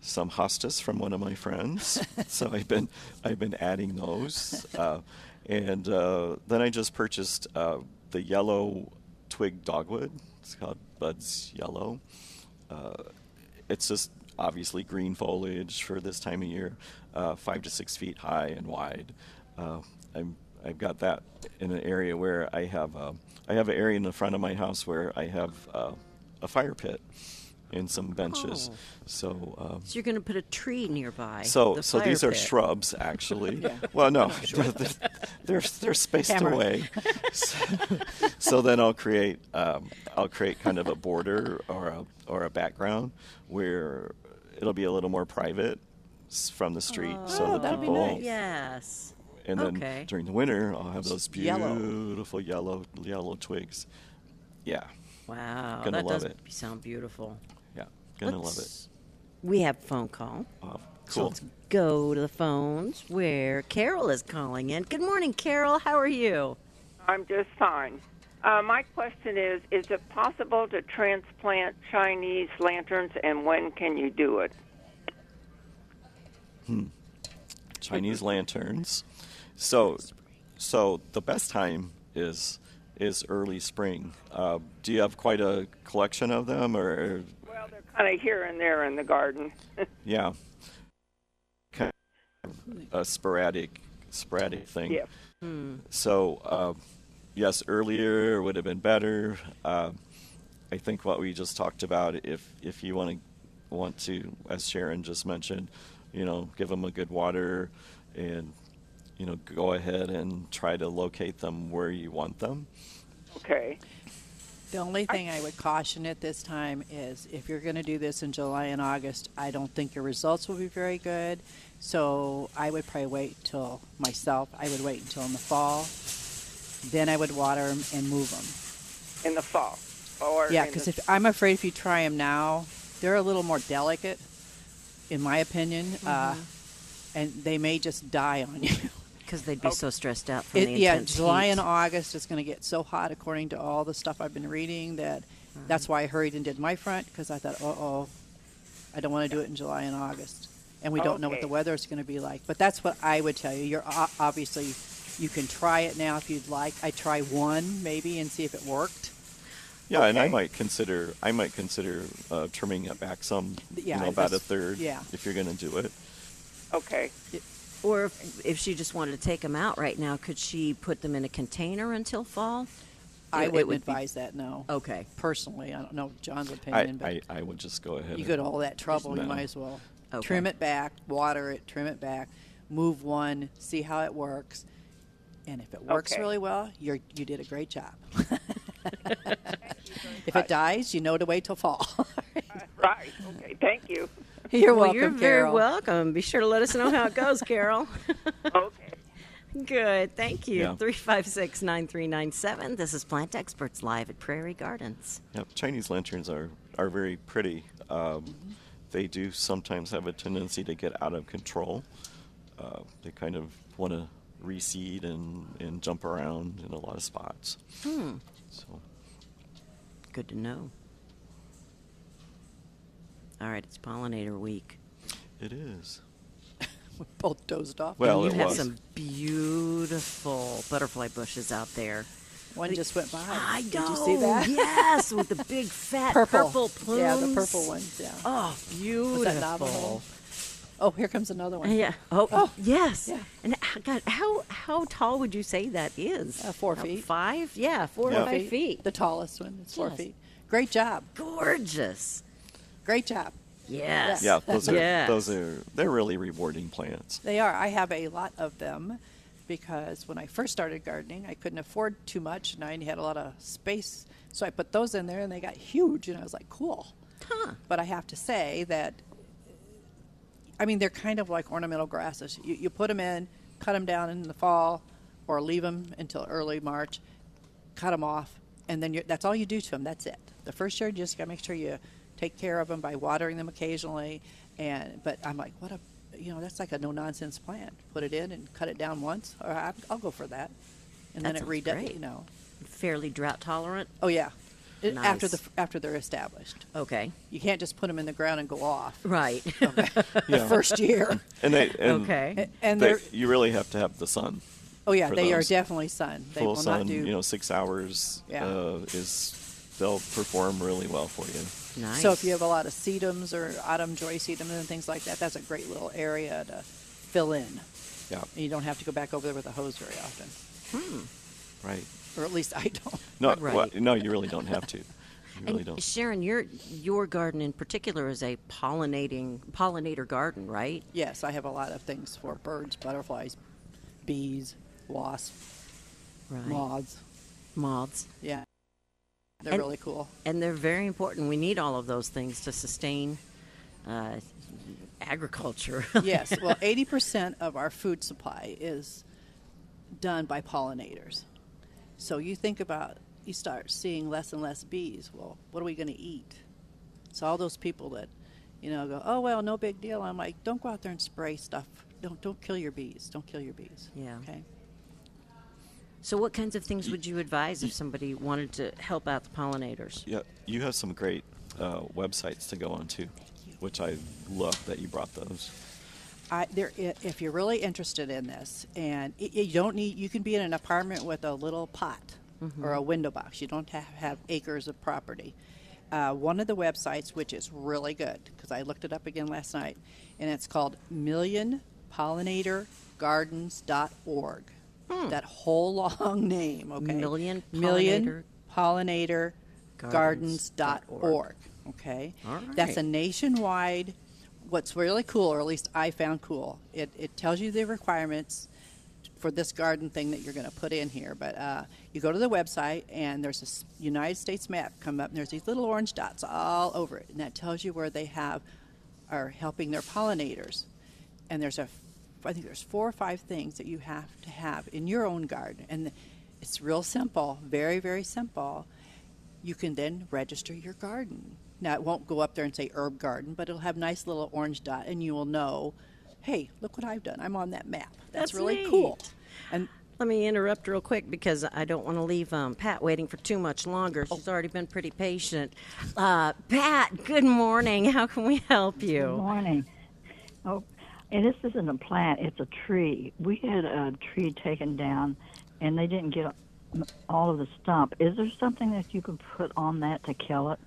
[SPEAKER 2] some hostas from one of my friends. so I've been I've been adding those, uh, and uh, then I just purchased uh, the yellow twig dogwood. It's called Bud's Yellow. Uh, it's just obviously green foliage for this time of year, uh, five to six feet high and wide. Uh, I'm I've got that in an area where I have uh, I have an area in the front of my house where I have uh, a fire pit and some benches.
[SPEAKER 1] Oh.
[SPEAKER 2] So um,
[SPEAKER 1] So you're going to put a tree nearby.
[SPEAKER 2] so
[SPEAKER 1] the
[SPEAKER 2] so these
[SPEAKER 1] fire
[SPEAKER 2] are
[SPEAKER 1] pit.
[SPEAKER 2] shrubs actually.
[SPEAKER 3] Yeah.
[SPEAKER 2] Well, no, they're, they're they're spaced
[SPEAKER 3] Camera.
[SPEAKER 2] away. so, so then I'll create um, I'll create kind of a border or a or a background where it'll be a little more private s- from the street, so
[SPEAKER 3] Oh,
[SPEAKER 2] that
[SPEAKER 3] that'd be
[SPEAKER 2] people
[SPEAKER 3] nice.
[SPEAKER 1] Yes.
[SPEAKER 2] and then
[SPEAKER 1] Okay.
[SPEAKER 2] during the winter I'll have those
[SPEAKER 3] Yellow.
[SPEAKER 2] beautiful yellow yellow twigs. Yeah,
[SPEAKER 1] Wow.
[SPEAKER 2] Gonna
[SPEAKER 1] that
[SPEAKER 2] love
[SPEAKER 1] does
[SPEAKER 2] it.
[SPEAKER 1] sound beautiful.
[SPEAKER 2] yeah, gonna
[SPEAKER 1] Let's- We have a phone call.
[SPEAKER 2] love it. Oh,
[SPEAKER 1] So
[SPEAKER 2] cool.
[SPEAKER 1] let's go to the phones where Carol is calling in. Good morning, Carol. How are you?
[SPEAKER 5] I'm just fine. Uh, my question is Is it possible to transplant Chinese lanterns, and when can you do it?
[SPEAKER 2] Chinese lanterns. So, so the best time is is early spring. Uh, do you have quite a collection of them, or
[SPEAKER 5] Well, they're kind of here and there in the garden.
[SPEAKER 2] yeah, kind of a sporadic sporadic thing.
[SPEAKER 5] yeah.
[SPEAKER 2] So, uh, yes, earlier would have been better. Uh, I think what we just talked about, if if you want to want to, as Sharon just mentioned, you know, give them a good water, and you know, go ahead and try to locate them where you want them.
[SPEAKER 5] Okay.
[SPEAKER 3] The only thing I would caution at this time is if you're going to do this in July and August, I don't think your results will be very good. So I would probably wait till myself. I would wait until in the fall. Then I would water them and move them.
[SPEAKER 5] In the fall. Or
[SPEAKER 3] Yeah,
[SPEAKER 5] in
[SPEAKER 3] because
[SPEAKER 5] the-
[SPEAKER 3] if I'm afraid if you try them now, they're a little more delicate, in my opinion, uh, and they may just die on you.
[SPEAKER 1] Because they'd be so stressed out from
[SPEAKER 3] It-
[SPEAKER 1] the
[SPEAKER 3] yeah,
[SPEAKER 1] intense
[SPEAKER 3] July
[SPEAKER 1] heat.
[SPEAKER 3] and August is going to get so hot, according to all the stuff I've been reading. That that's why I hurried and did my front because I thought, uh oh, I don't want to do it in July and August, and we don't know what
[SPEAKER 5] Okay.
[SPEAKER 3] the weather is going to be like. But that's what I would tell you. You're o- obviously you can try it now if you'd like. I try one maybe and see if it worked.
[SPEAKER 2] Yeah, and I might consider I might consider uh, trimming it back some,
[SPEAKER 3] Yeah,
[SPEAKER 2] you know, about a
[SPEAKER 3] that's-
[SPEAKER 2] third.
[SPEAKER 3] yeah.
[SPEAKER 2] if you're going to do it.
[SPEAKER 5] Okay.
[SPEAKER 1] Or if, if she just wanted to take them out right now, could she put them in a container until fall?
[SPEAKER 3] I
[SPEAKER 1] It- it
[SPEAKER 3] wouldn't
[SPEAKER 1] would be- Oh.
[SPEAKER 3] advise that. No.
[SPEAKER 1] Okay.
[SPEAKER 3] Personally, I don't know John's
[SPEAKER 2] I,
[SPEAKER 3] opinion,
[SPEAKER 2] I, I would just go ahead.
[SPEAKER 3] but you
[SPEAKER 2] and-
[SPEAKER 3] go to all that trouble, you
[SPEAKER 2] No.
[SPEAKER 3] might as well
[SPEAKER 1] Okay.
[SPEAKER 3] trim it back, water it, trim it back, move one, see how it works, and if it works
[SPEAKER 5] Okay.
[SPEAKER 3] really well, you're you did a great job. if it dies, you know to wait till fall.
[SPEAKER 5] Right. Okay. Thank you.
[SPEAKER 3] you're
[SPEAKER 1] well,
[SPEAKER 3] welcome,
[SPEAKER 1] you're very
[SPEAKER 3] Carol.
[SPEAKER 1] welcome. Be sure to let us know how it goes, Carol.
[SPEAKER 5] Okay.
[SPEAKER 1] Good. Thank you.
[SPEAKER 2] Yeah.
[SPEAKER 1] 356 9397. This is Plant Experts Live at Prairie Gardens.
[SPEAKER 2] Yep, Chinese lanterns are are very pretty. Um,
[SPEAKER 3] Mm-hmm.
[SPEAKER 2] They do sometimes have a tendency to get out of control. Uh, they kind of want to reseed and and jump around in a lot of spots.
[SPEAKER 3] Hmm.
[SPEAKER 2] So
[SPEAKER 1] Good to know. All right, it's pollinator week.
[SPEAKER 2] it is.
[SPEAKER 3] We're both dozed off.
[SPEAKER 2] Well,
[SPEAKER 1] and
[SPEAKER 2] it
[SPEAKER 1] you have
[SPEAKER 2] was.
[SPEAKER 1] some beautiful butterfly bushes out there.
[SPEAKER 3] one just went by.
[SPEAKER 1] I
[SPEAKER 3] Oh, Did
[SPEAKER 1] know.
[SPEAKER 3] you see that?
[SPEAKER 1] Yes, with the big fat
[SPEAKER 3] Purple.
[SPEAKER 1] purple plumes.
[SPEAKER 3] Yeah, the purple ones. Yeah.
[SPEAKER 1] Oh, beautiful.
[SPEAKER 3] that Navajo? Oh, here comes another one.
[SPEAKER 1] Yeah. Oh,
[SPEAKER 3] Oh,
[SPEAKER 1] yes.
[SPEAKER 3] yeah.
[SPEAKER 1] And h- God, how how tall would you say that is?
[SPEAKER 3] Uh, four
[SPEAKER 1] About
[SPEAKER 3] feet.
[SPEAKER 1] Five? Yeah, four
[SPEAKER 2] Yeah.
[SPEAKER 1] or five feet.
[SPEAKER 3] The tallest one. It's four
[SPEAKER 1] Yes.
[SPEAKER 3] feet. Great job.
[SPEAKER 1] Gorgeous.
[SPEAKER 3] Great job.
[SPEAKER 1] Yes.
[SPEAKER 2] Yeah, those are
[SPEAKER 1] Yes.
[SPEAKER 2] those are they're really rewarding plants.
[SPEAKER 3] They are. I have a lot of them because when I first started gardening, I couldn't afford too much and I had a lot of space. So I put those in there and they got huge and I was like, cool.
[SPEAKER 1] Huh.
[SPEAKER 3] But I have to say that, I mean, they're kind of like ornamental grasses. You, you put them in, cut them down in the fall, or leave them until early March, cut them off, and then you're, that's all you do to them. That's it. The first year, you just got to make sure you take care of them by watering them occasionally. And but I'm like, what a, you know, that's like a no nonsense plant. Put it in and cut it down once, or I, I'll go for that. And
[SPEAKER 1] That
[SPEAKER 3] then it
[SPEAKER 1] sounds
[SPEAKER 3] redoes,
[SPEAKER 1] great.
[SPEAKER 3] you know.
[SPEAKER 1] Fairly drought tolerant.
[SPEAKER 3] Oh yeah, It- after
[SPEAKER 1] Nice.
[SPEAKER 3] the after they're established.
[SPEAKER 1] Okay.
[SPEAKER 3] You can't just put them in the ground and go off
[SPEAKER 1] Right.
[SPEAKER 3] the first year.
[SPEAKER 2] And they and
[SPEAKER 1] okay.
[SPEAKER 3] And
[SPEAKER 2] they-
[SPEAKER 3] they're,
[SPEAKER 2] you really have to have the sun.
[SPEAKER 3] oh yeah,
[SPEAKER 2] for
[SPEAKER 3] they are
[SPEAKER 2] those.
[SPEAKER 3] definitely sun. They
[SPEAKER 2] Full
[SPEAKER 3] will
[SPEAKER 2] sun,
[SPEAKER 3] not do.
[SPEAKER 2] you know, six hours
[SPEAKER 3] Yeah.
[SPEAKER 2] uh, is they'll perform really well for you.
[SPEAKER 1] Nice.
[SPEAKER 3] So if you have a lot of sedums or autumn joy sedums and things like that, that's a great little area to fill in. And
[SPEAKER 2] Yeah,
[SPEAKER 3] you don't have to go back over there with a hose very often,
[SPEAKER 2] right.
[SPEAKER 3] or at least I don't.
[SPEAKER 2] No,
[SPEAKER 1] Right.
[SPEAKER 2] well, no, you really don't have to. You really
[SPEAKER 1] and
[SPEAKER 2] don't.
[SPEAKER 1] Sharon, your your garden in particular is a pollinating pollinator garden, right?
[SPEAKER 3] Yes, I have a lot of things for birds, butterflies, bees, wasps,
[SPEAKER 1] Right.
[SPEAKER 3] moths.
[SPEAKER 1] Moths.
[SPEAKER 3] Yeah, they're
[SPEAKER 1] And-
[SPEAKER 3] really cool.
[SPEAKER 1] And they're very important. We need all of those things to sustain uh, agriculture.
[SPEAKER 3] yes. Well, 80% of our food supply is done by pollinators. So you think about, you start seeing less and less bees. Well, what are we going to eat? So all those people that, you know, go, oh, well, no big deal. I'm like, don't go out there and spray stuff. Don't, don't kill your bees. Don't kill your bees.
[SPEAKER 1] Yeah.
[SPEAKER 3] Okay.
[SPEAKER 1] So, what kinds of things would you advise if somebody wanted to help out the pollinators?
[SPEAKER 2] Yeah, you have some great uh, websites to go on to, which I love that you brought those.
[SPEAKER 3] I, there, i- if you're really interested in this, and y- y- you don't need, you can be in an apartment with a little pot or a window box. You don't have, have acres of property. Uh, one of the websites, which is really good, because I looked it up again last night, and it's called millionpollinatorgardens.org. That whole long name, okay?
[SPEAKER 1] Million
[SPEAKER 3] Million pollinator
[SPEAKER 1] Gardens dot
[SPEAKER 3] gardens.org.
[SPEAKER 1] org.
[SPEAKER 3] Okay.
[SPEAKER 1] All
[SPEAKER 3] That's a
[SPEAKER 1] right.
[SPEAKER 3] nationwide. What's really cool, or at least I found cool, it, it tells you the requirements for this garden thing that you're going to put in here. But uh, you go to the website, and there's this United States map come up, and there's these little orange dots all over it, and that tells you where they have are helping their pollinators. And there's a, I think there's four or five things that you have to have in your own garden, and it's real simple, very very simple you can then register your garden. Now it won't go up there and say herb garden, but it'll have nice little orange dot, and you will know, hey, look what I've done. I'm on that map. That's,
[SPEAKER 1] That's
[SPEAKER 3] really cool.
[SPEAKER 1] neat.
[SPEAKER 3] And
[SPEAKER 1] Let me interrupt real quick because I don't want to leave um, Pat waiting for too much longer. She's already been pretty patient. Uh, Pat, good morning. How can we help
[SPEAKER 6] Good
[SPEAKER 1] you?
[SPEAKER 6] morning. Oh, and this isn't a plant; it's a tree. We had a tree taken down, and they didn't get m- all of the stump, is there something that you can put on that to kill it?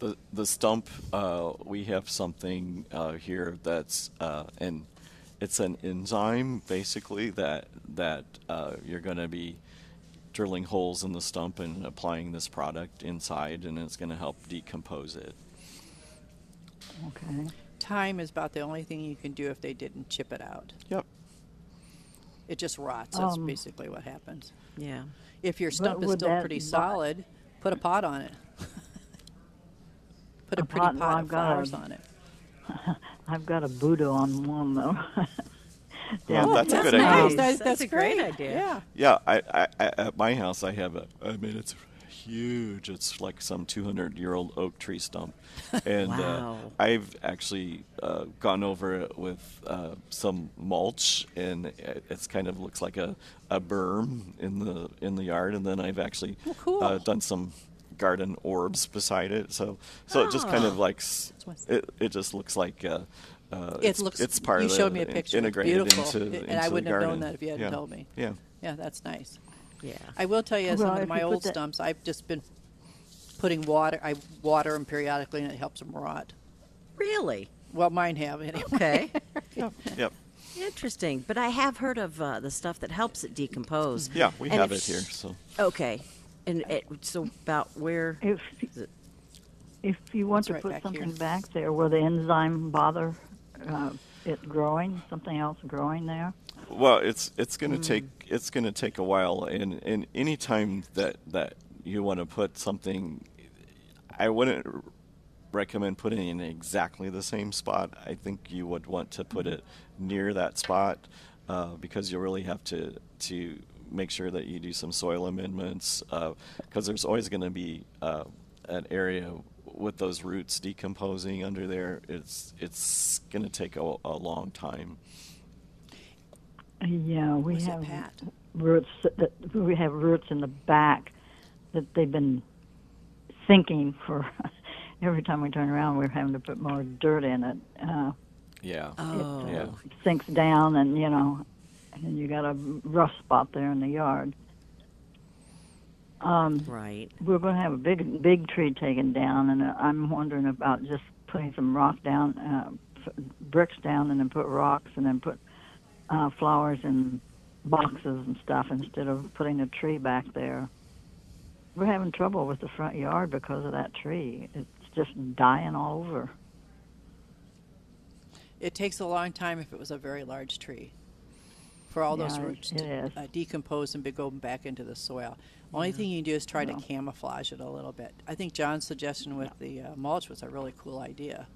[SPEAKER 2] The the stump, uh, we have something uh, here that's uh, an it's an enzyme basically that that uh, you're going to be drilling holes in the stump and applying this product inside, and it's going to help decompose it.
[SPEAKER 6] Okay.
[SPEAKER 3] Time is about the only thing you can do if they didn't chip it out.
[SPEAKER 2] Yep.
[SPEAKER 3] It just rots. That's
[SPEAKER 6] Um,
[SPEAKER 3] basically what happens.
[SPEAKER 1] Yeah.
[SPEAKER 3] If your stump is
[SPEAKER 6] would
[SPEAKER 3] still
[SPEAKER 6] that
[SPEAKER 3] pretty
[SPEAKER 6] not-
[SPEAKER 3] solid, put a pot on it. put a,
[SPEAKER 6] A
[SPEAKER 3] pretty
[SPEAKER 6] pot-
[SPEAKER 3] pot,
[SPEAKER 6] well, I've
[SPEAKER 3] of
[SPEAKER 6] got a-
[SPEAKER 3] flowers on it.
[SPEAKER 6] I've got a Buddha on one though.
[SPEAKER 2] Well, Oh, that's a good
[SPEAKER 4] nice.
[SPEAKER 2] idea.
[SPEAKER 4] That's- That's that's a great great. idea.
[SPEAKER 3] Yeah.
[SPEAKER 2] Yeah, I, I, I at my house I have a. I mean, it's huge. It's like some 200 year old oak tree stump, and
[SPEAKER 1] Wow.
[SPEAKER 2] uh, I've actually uh, gone over it with uh, some mulch, and it it's kind of looks like a, a berm in the in the yard, and then I've actually
[SPEAKER 3] Oh, cool.
[SPEAKER 2] uh, done some garden orbs beside it. So so it just kind of like s-
[SPEAKER 3] Ah. what's-
[SPEAKER 2] it, it just looks like. Uh, uh,
[SPEAKER 3] It looks-
[SPEAKER 2] it's part
[SPEAKER 3] you
[SPEAKER 2] of
[SPEAKER 3] showed me a
[SPEAKER 2] in-
[SPEAKER 3] picture. It's
[SPEAKER 2] integrated
[SPEAKER 3] beautiful.
[SPEAKER 2] into,
[SPEAKER 3] And I
[SPEAKER 2] into the
[SPEAKER 3] wouldn't have known
[SPEAKER 2] garden.
[SPEAKER 3] that if you hadn't
[SPEAKER 2] Yeah.
[SPEAKER 3] told me.
[SPEAKER 2] Yeah.
[SPEAKER 3] Yeah, that's nice.
[SPEAKER 1] Yeah.
[SPEAKER 3] I will tell you, some
[SPEAKER 6] Well,
[SPEAKER 3] of
[SPEAKER 6] if
[SPEAKER 3] my
[SPEAKER 6] you put
[SPEAKER 3] old
[SPEAKER 6] that-
[SPEAKER 3] stumps, I've just been putting water. I water them periodically, and it helps them rot.
[SPEAKER 1] Really?
[SPEAKER 3] Well, mine have anyway.
[SPEAKER 1] Okay.
[SPEAKER 2] Yep.
[SPEAKER 1] Interesting. But I have heard of uh, the stuff that helps it decompose.
[SPEAKER 2] Yeah, we
[SPEAKER 1] And
[SPEAKER 2] have
[SPEAKER 1] if
[SPEAKER 2] it here.
[SPEAKER 1] s-
[SPEAKER 2] So
[SPEAKER 1] Okay. And it, so about where?
[SPEAKER 6] if if you want
[SPEAKER 3] It's
[SPEAKER 6] to
[SPEAKER 3] right
[SPEAKER 6] put
[SPEAKER 3] back here.
[SPEAKER 6] something back there, will the enzyme bother uh, it growing? Something else growing there?
[SPEAKER 2] well, it's it's going to take it's going to take a while, and and any time that that you want to put something, I wouldn't r- recommend putting it in exactly the same spot. I think you would want to put it near that spot uh, because you really have to to make sure that you do some soil amendments because there's always going to be uh, an area with those roots decomposing under there. It's it's going to take a, a long time.
[SPEAKER 6] Yeah, we
[SPEAKER 3] Was it
[SPEAKER 6] have
[SPEAKER 3] Pat?
[SPEAKER 6] roots. That, we have roots in the back that they've been sinking for. Every time we turn around, we're having to put more dirt in it. Uh,
[SPEAKER 2] Yeah.
[SPEAKER 1] Oh.
[SPEAKER 2] Yeah.
[SPEAKER 6] it sinks down, and you know, and then you got a rough spot there in the yard.
[SPEAKER 1] Right.
[SPEAKER 6] We're going to have a big, big tree taken down, and uh, I'm wondering about just putting some rock down, uh, f- bricks down, and then put rocks, and then put uh, flowers in boxes and stuff instead of putting a tree back there. We're having trouble with the front yard because of that tree. It's just dying all over.
[SPEAKER 3] It takes a long time if it was a very large tree for all those
[SPEAKER 6] Yeah, it-
[SPEAKER 3] roots
[SPEAKER 6] it
[SPEAKER 3] to
[SPEAKER 6] is.
[SPEAKER 3] uh, decompose and be go back into the soil. Only thing you can do is try to camouflage it a little bit. I think John's suggestion with the uh, mulch was a really cool idea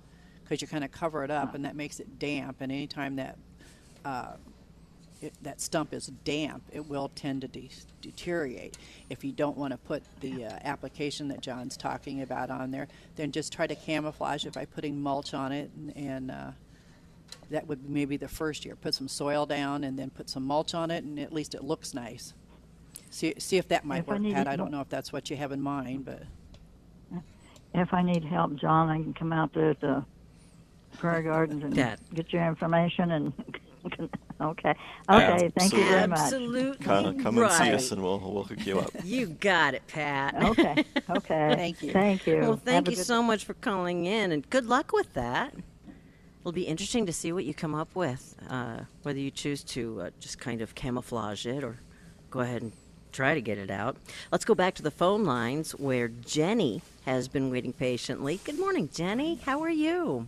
[SPEAKER 3] because you kind of cover it up and that makes it damp. And anytime that uh, it, that stump is damp, it will tend to de- deteriorate. If you don't want to put the uh, application that John's talking about on there, then just try to camouflage it by putting mulch on it, and, and uh, that would be maybe the first year. Put some soil down and then put some mulch on it, and at least it looks nice. See, see if that might
[SPEAKER 6] If I
[SPEAKER 3] work,
[SPEAKER 6] needed
[SPEAKER 3] Pat. I don't
[SPEAKER 6] mul-
[SPEAKER 3] know if that's what you have in mind, but
[SPEAKER 6] If I need help, John, I can come out there to the prayer gardens and
[SPEAKER 1] That-
[SPEAKER 6] get your information. And okay, okay, thank you very much.
[SPEAKER 1] Absolutely.
[SPEAKER 2] Come, come and
[SPEAKER 1] right.
[SPEAKER 2] see us, and we'll we'll hook you up.
[SPEAKER 1] You got it, Pat.
[SPEAKER 6] okay. Okay.
[SPEAKER 3] Thank you.
[SPEAKER 6] Thank you.
[SPEAKER 1] Well,
[SPEAKER 6] Have
[SPEAKER 1] thank
[SPEAKER 6] a
[SPEAKER 1] you
[SPEAKER 6] good-
[SPEAKER 1] so much for calling in, and good luck with that. It'll be interesting to see what you come up with, uh, whether you choose to uh, just kind of camouflage it or go ahead and try to get it out. Let's go back to the phone lines where Jenny has been waiting patiently. Good morning, Jenny. How are you?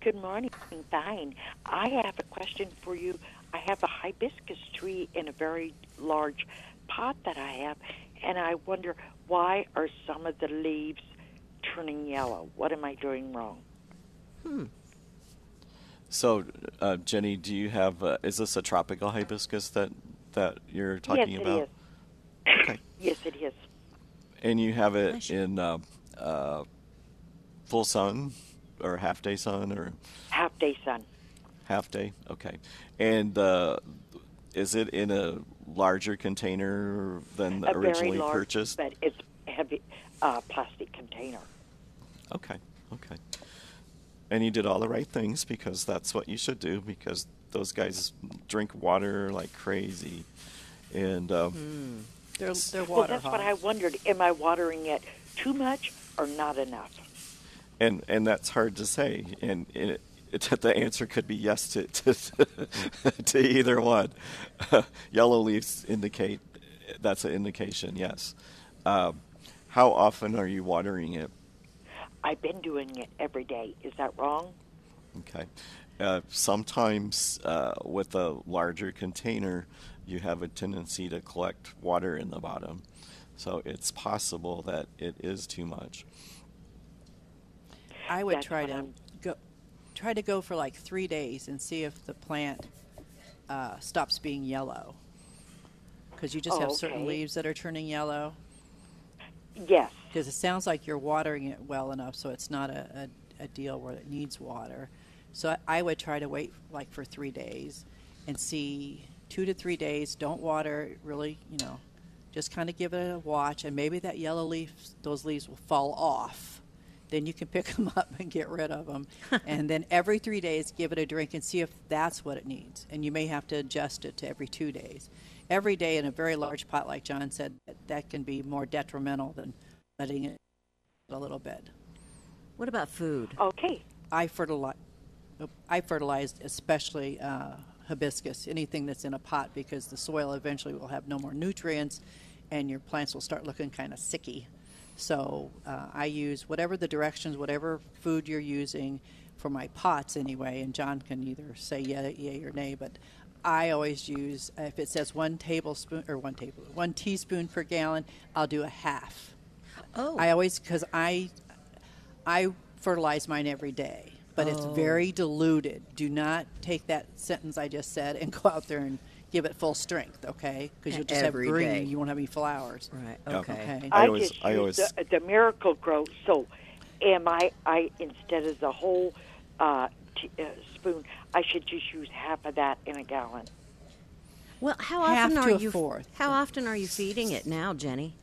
[SPEAKER 7] Good morning, fine. I have a question for you. I have a hibiscus tree in a very large pot that I have, and I wonder why are some of the leaves turning yellow? What am I doing wrong?
[SPEAKER 2] So, uh, Jenny, do you have? Uh, is this a tropical hibiscus that that you're talking
[SPEAKER 7] yes,
[SPEAKER 2] about?
[SPEAKER 7] it is. yes, it is.
[SPEAKER 2] And you have it
[SPEAKER 1] Nice.
[SPEAKER 2] in uh, uh, full sun, or half day sun, or
[SPEAKER 7] Half day sun.
[SPEAKER 2] half day? Okay. And uh, is it in a larger container than
[SPEAKER 7] A
[SPEAKER 2] originally
[SPEAKER 7] very large,
[SPEAKER 2] purchased?
[SPEAKER 7] but it's heavy uh, plastic container.
[SPEAKER 2] Okay. Okay. and he did all the right things because that's what you should do because those guys drink water like crazy, and um,
[SPEAKER 3] They're, they're water
[SPEAKER 7] well, that's
[SPEAKER 3] hogs.
[SPEAKER 7] what I wondered. Am I watering it too much or not enough?
[SPEAKER 2] and and that's hard to say. And it, it, the answer could be yes to to, to either one. Yellow leaves indicate that's an indication. Yes. Um, how often are you watering it?
[SPEAKER 7] I've been doing it every day. Is that wrong?
[SPEAKER 2] Okay. Uh, sometimes uh, with a larger container, you have a tendency to collect water in the bottom. So it's possible that it is too much.
[SPEAKER 3] I would
[SPEAKER 7] That's
[SPEAKER 3] try
[SPEAKER 7] what
[SPEAKER 3] to
[SPEAKER 7] I'm-
[SPEAKER 3] go, try to go for like three days and see if the plant uh, stops being yellow. Because you just
[SPEAKER 7] Oh,
[SPEAKER 3] have certain
[SPEAKER 7] okay.
[SPEAKER 3] leaves that are turning yellow.
[SPEAKER 7] Yes.
[SPEAKER 3] Because it sounds like you're watering it well enough, so it's not a, a, a deal where it needs water. So I, I would try to wait like for three days and see two to three days. Don't water it, really, you know, just kind of give it a watch, and maybe that yellow leaf, those leaves will fall off. Then you can pick them up and get rid of them. and then every three days, give it a drink and see if that's what it needs. And you may have to adjust it to every two days. Every day in a very large pot, like John said, that, that can be more detrimental than letting it a little bit.
[SPEAKER 1] What about food?
[SPEAKER 7] Okay.
[SPEAKER 3] I fertilize. I fertilized especially uh, hibiscus, anything that's in a pot, because the soil eventually will have no more nutrients, and your plants will start looking kind of sicky. So uh, I use whatever the directions, whatever food you're using for my pots anyway. And John can either say yeah, yay or nay, but I always use if it says one tablespoon or one table, one teaspoon per gallon, I'll do a half.
[SPEAKER 1] Oh.
[SPEAKER 3] I always because I I fertilize mine every day, but it's
[SPEAKER 1] Oh.
[SPEAKER 3] very diluted. Do not take that sentence I just said and go out there and give it full strength, okay? Because you'll just
[SPEAKER 1] Every
[SPEAKER 3] have green.
[SPEAKER 1] day.
[SPEAKER 3] You won't have any flowers.
[SPEAKER 1] Right.
[SPEAKER 2] Yeah.
[SPEAKER 1] Oh, Okay.
[SPEAKER 3] Okay.
[SPEAKER 2] I always-
[SPEAKER 7] just
[SPEAKER 2] I
[SPEAKER 7] use
[SPEAKER 2] always-
[SPEAKER 7] the, the miracle grow. So, am I? I instead of the whole uh, t- uh, spoon, I should just use half of that in a gallon.
[SPEAKER 1] Well, how
[SPEAKER 3] Half
[SPEAKER 1] often
[SPEAKER 3] to
[SPEAKER 1] are
[SPEAKER 3] a
[SPEAKER 1] you?
[SPEAKER 3] fourth.
[SPEAKER 1] How often are you feeding it now, Jenny?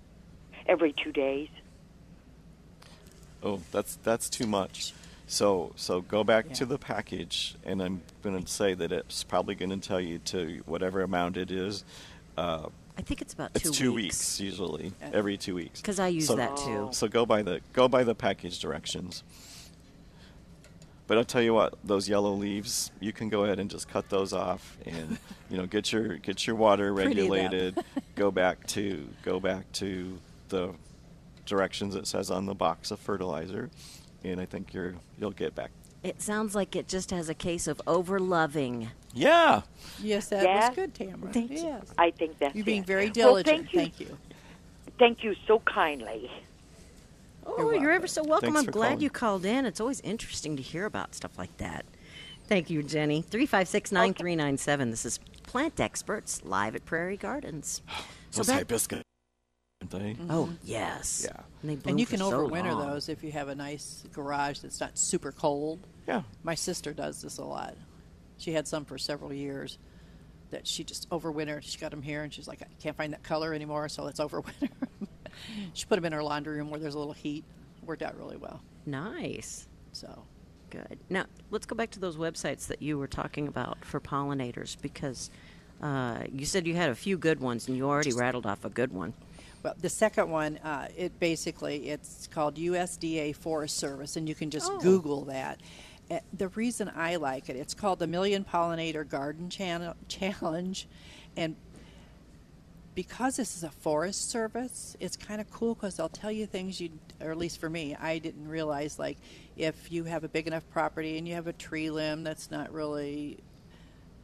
[SPEAKER 7] every two days.
[SPEAKER 2] Oh, that's that's too much. So so go back to the package, and I'm going to say that it's probably going to tell you to whatever amount it is. Uh,
[SPEAKER 1] I think it's about
[SPEAKER 2] it's
[SPEAKER 1] two,
[SPEAKER 2] two weeks, usually, every two weeks.
[SPEAKER 1] Because I use
[SPEAKER 2] So-
[SPEAKER 1] that too.
[SPEAKER 2] So go by the go by the package directions. But I'll tell you what, those yellow leaves, you can go ahead and just cut those off, and you know get your get your water
[SPEAKER 3] Pretty them.
[SPEAKER 2] regulated. go back to go back to the directions it says on the box of fertilizer, and I think you're you'll get back.
[SPEAKER 1] It sounds like it just has a case of over loving.
[SPEAKER 2] Yeah,
[SPEAKER 3] Yes, that
[SPEAKER 7] Yes.
[SPEAKER 3] was good, Tamara.
[SPEAKER 1] Thank you.
[SPEAKER 3] yes.
[SPEAKER 7] I think that's
[SPEAKER 3] You're being
[SPEAKER 7] it.
[SPEAKER 3] very
[SPEAKER 7] Well,
[SPEAKER 3] diligent.
[SPEAKER 7] thank you.
[SPEAKER 3] Thank you.
[SPEAKER 7] Thank you so kindly.
[SPEAKER 1] Oh, you're, ever so welcome.
[SPEAKER 2] Thanks
[SPEAKER 1] I'm
[SPEAKER 2] for
[SPEAKER 1] glad
[SPEAKER 2] calling.
[SPEAKER 1] you called in. It's always interesting to hear about stuff like that. Thank you, Jenny. 356 9397. This is Plant Experts live at Prairie Gardens.
[SPEAKER 2] those
[SPEAKER 1] that-
[SPEAKER 2] hibiscus. aren't they?
[SPEAKER 1] Oh, yes.
[SPEAKER 2] Yeah.
[SPEAKER 1] And, they bloom
[SPEAKER 3] And you
[SPEAKER 1] for
[SPEAKER 3] can
[SPEAKER 1] so
[SPEAKER 3] overwinter
[SPEAKER 1] long.
[SPEAKER 3] those if you have a nice garage that's not super cold.
[SPEAKER 2] Yeah,
[SPEAKER 3] My sister does this a lot. She had some for several years that she just overwintered. She got them here and she's like, I can't find that color anymore, so let's overwinter 'em." she put them in her laundry room where there's a little heat. Worked out really well.
[SPEAKER 1] Nice.
[SPEAKER 3] So,
[SPEAKER 1] Good. Now, let's go back to those websites that you were talking about for pollinators because uh, you said you had a few good ones and you already rattled off a good one.
[SPEAKER 3] well, the second one, uh, it basically it's called USDA Forest Service, and you can just Google that. Uh, The reason I like it, it's called the Million Pollinator Garden Chan- Challenge, and because this is a forest service, it's kind of cool because they'll tell you things you, or at least for me, I didn't realize. Like, if you have a big enough property and you have a tree limb that's not really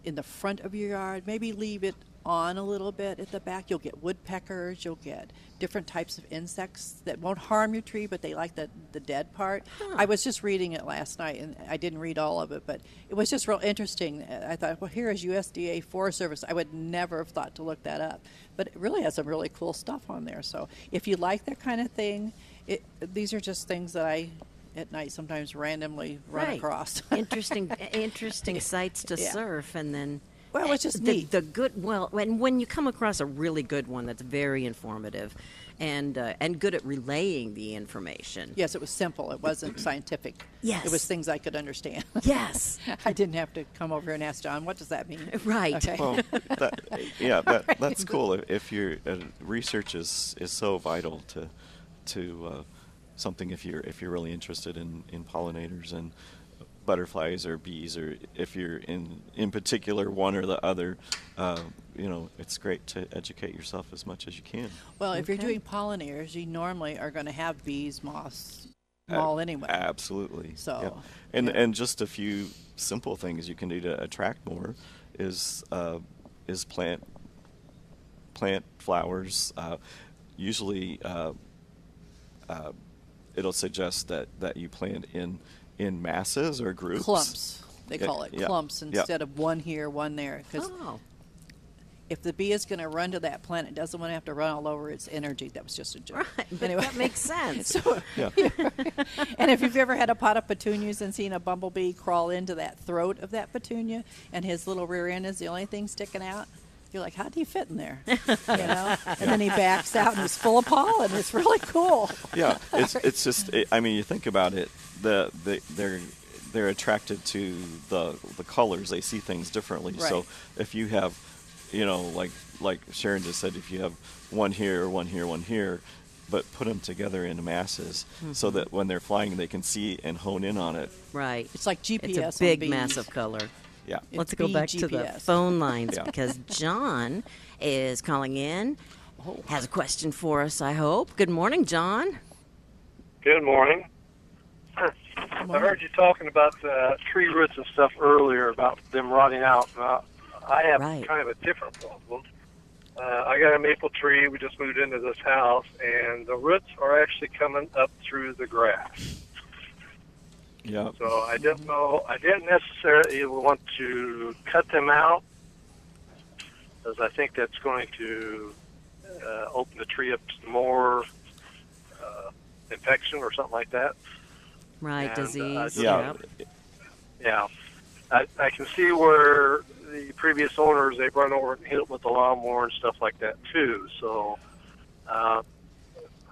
[SPEAKER 3] in the front of your yard, maybe leave it on a little bit at the back. You'll get woodpeckers, you'll get different types of insects that won't harm your tree, but they like the, the dead part. I was just reading it last night, and I didn't read all of it, but it was just real interesting. I thought, well, here is USDA Forest Service. I would never have thought to look that up, but it really has some really cool stuff on there. So if you like that kind of thing, it, these are just things that I at night sometimes randomly run
[SPEAKER 1] Right.
[SPEAKER 3] across.
[SPEAKER 1] interesting, interesting sites to
[SPEAKER 3] Yeah.
[SPEAKER 1] surf and then
[SPEAKER 3] Well, it's just
[SPEAKER 1] the,
[SPEAKER 3] neat.
[SPEAKER 1] the good well and when you come across a really good one that's very informative and uh, and good at relaying the information
[SPEAKER 3] Yes, it was simple. It wasn't scientific.
[SPEAKER 1] Yes.
[SPEAKER 3] It was things I could understand.
[SPEAKER 1] yes
[SPEAKER 3] I didn't have to come over and ask John, what does that mean?
[SPEAKER 1] Right.
[SPEAKER 3] Okay.
[SPEAKER 2] Well, that, yeah, that, that's cool. If- If your uh, research is, is so vital to to uh, something, if you're if you're really interested in, in pollinators and butterflies or bees, or if you're in in particular one or the other, uh, you know, it's great to educate yourself as much as you can.
[SPEAKER 3] Well, if you're doing pollinators, you normally are going to have bees, moths,
[SPEAKER 2] Ab-
[SPEAKER 3] all anyway.
[SPEAKER 2] uh, Absolutely.
[SPEAKER 3] So,
[SPEAKER 2] yeah. and and just a few simple things you can do to attract more is uh, is plant plant flowers. Uh, usually, uh, uh, it'll suggest that that you plant in in masses or groups.
[SPEAKER 3] clumps. They
[SPEAKER 2] Yeah,
[SPEAKER 3] call it
[SPEAKER 2] yeah,
[SPEAKER 3] clumps
[SPEAKER 2] yeah.
[SPEAKER 3] instead of one here, one there. Because
[SPEAKER 1] oh
[SPEAKER 3] if the bee is going to run to that plant, it doesn't want to have to run all over its energy. That was just a joke.
[SPEAKER 1] but
[SPEAKER 3] Anyway.
[SPEAKER 1] that makes sense
[SPEAKER 3] So,
[SPEAKER 2] Yeah.
[SPEAKER 3] and if you've ever had a pot of petunias and seen a bumblebee crawl into that throat of that petunia, and his little rear end is the only thing sticking out, you're like, how do you fit in there? You know, and then he backs out and he's full of pollen. It's really cool.
[SPEAKER 2] yeah, it's it's just. It, I mean, you think about it. The, the they're they're attracted to the the colors. They see things differently. So
[SPEAKER 3] Right.
[SPEAKER 2] if you have, you know, like like Sharon just said, if you have one here, one here, one here, but put them together in masses so that when they're flying, they can see and hone in on it.
[SPEAKER 1] right
[SPEAKER 3] It's like GPS.
[SPEAKER 1] it's a
[SPEAKER 3] on
[SPEAKER 1] big
[SPEAKER 3] bees.
[SPEAKER 1] mass of color
[SPEAKER 2] Yeah.
[SPEAKER 3] It's
[SPEAKER 1] Let's go
[SPEAKER 3] bee
[SPEAKER 1] back to the
[SPEAKER 3] GPS.
[SPEAKER 1] phone lines
[SPEAKER 2] Yeah.
[SPEAKER 1] because John is calling in.
[SPEAKER 3] Oh.
[SPEAKER 1] Has a question for us, I hope. Good morning, John.
[SPEAKER 8] Good morning. I heard you talking about the tree roots and stuff earlier about them rotting out. Uh, I have
[SPEAKER 1] Right.
[SPEAKER 8] kind of a different problem. Uh, I got a maple tree. We just moved into this house, and the roots are actually coming up through the grass.
[SPEAKER 2] Yeah.
[SPEAKER 8] So I didn't know. I didn't necessarily want to cut them out because I think that's going to uh, open the tree up to more uh, infection or something like that.
[SPEAKER 1] Right,
[SPEAKER 8] And, uh,
[SPEAKER 1] disease.
[SPEAKER 8] just-
[SPEAKER 2] Yeah.
[SPEAKER 1] Yep.
[SPEAKER 8] Yeah, I, I can see where the previous owners they run over and hit it with the lawnmower and stuff like that too. So uh,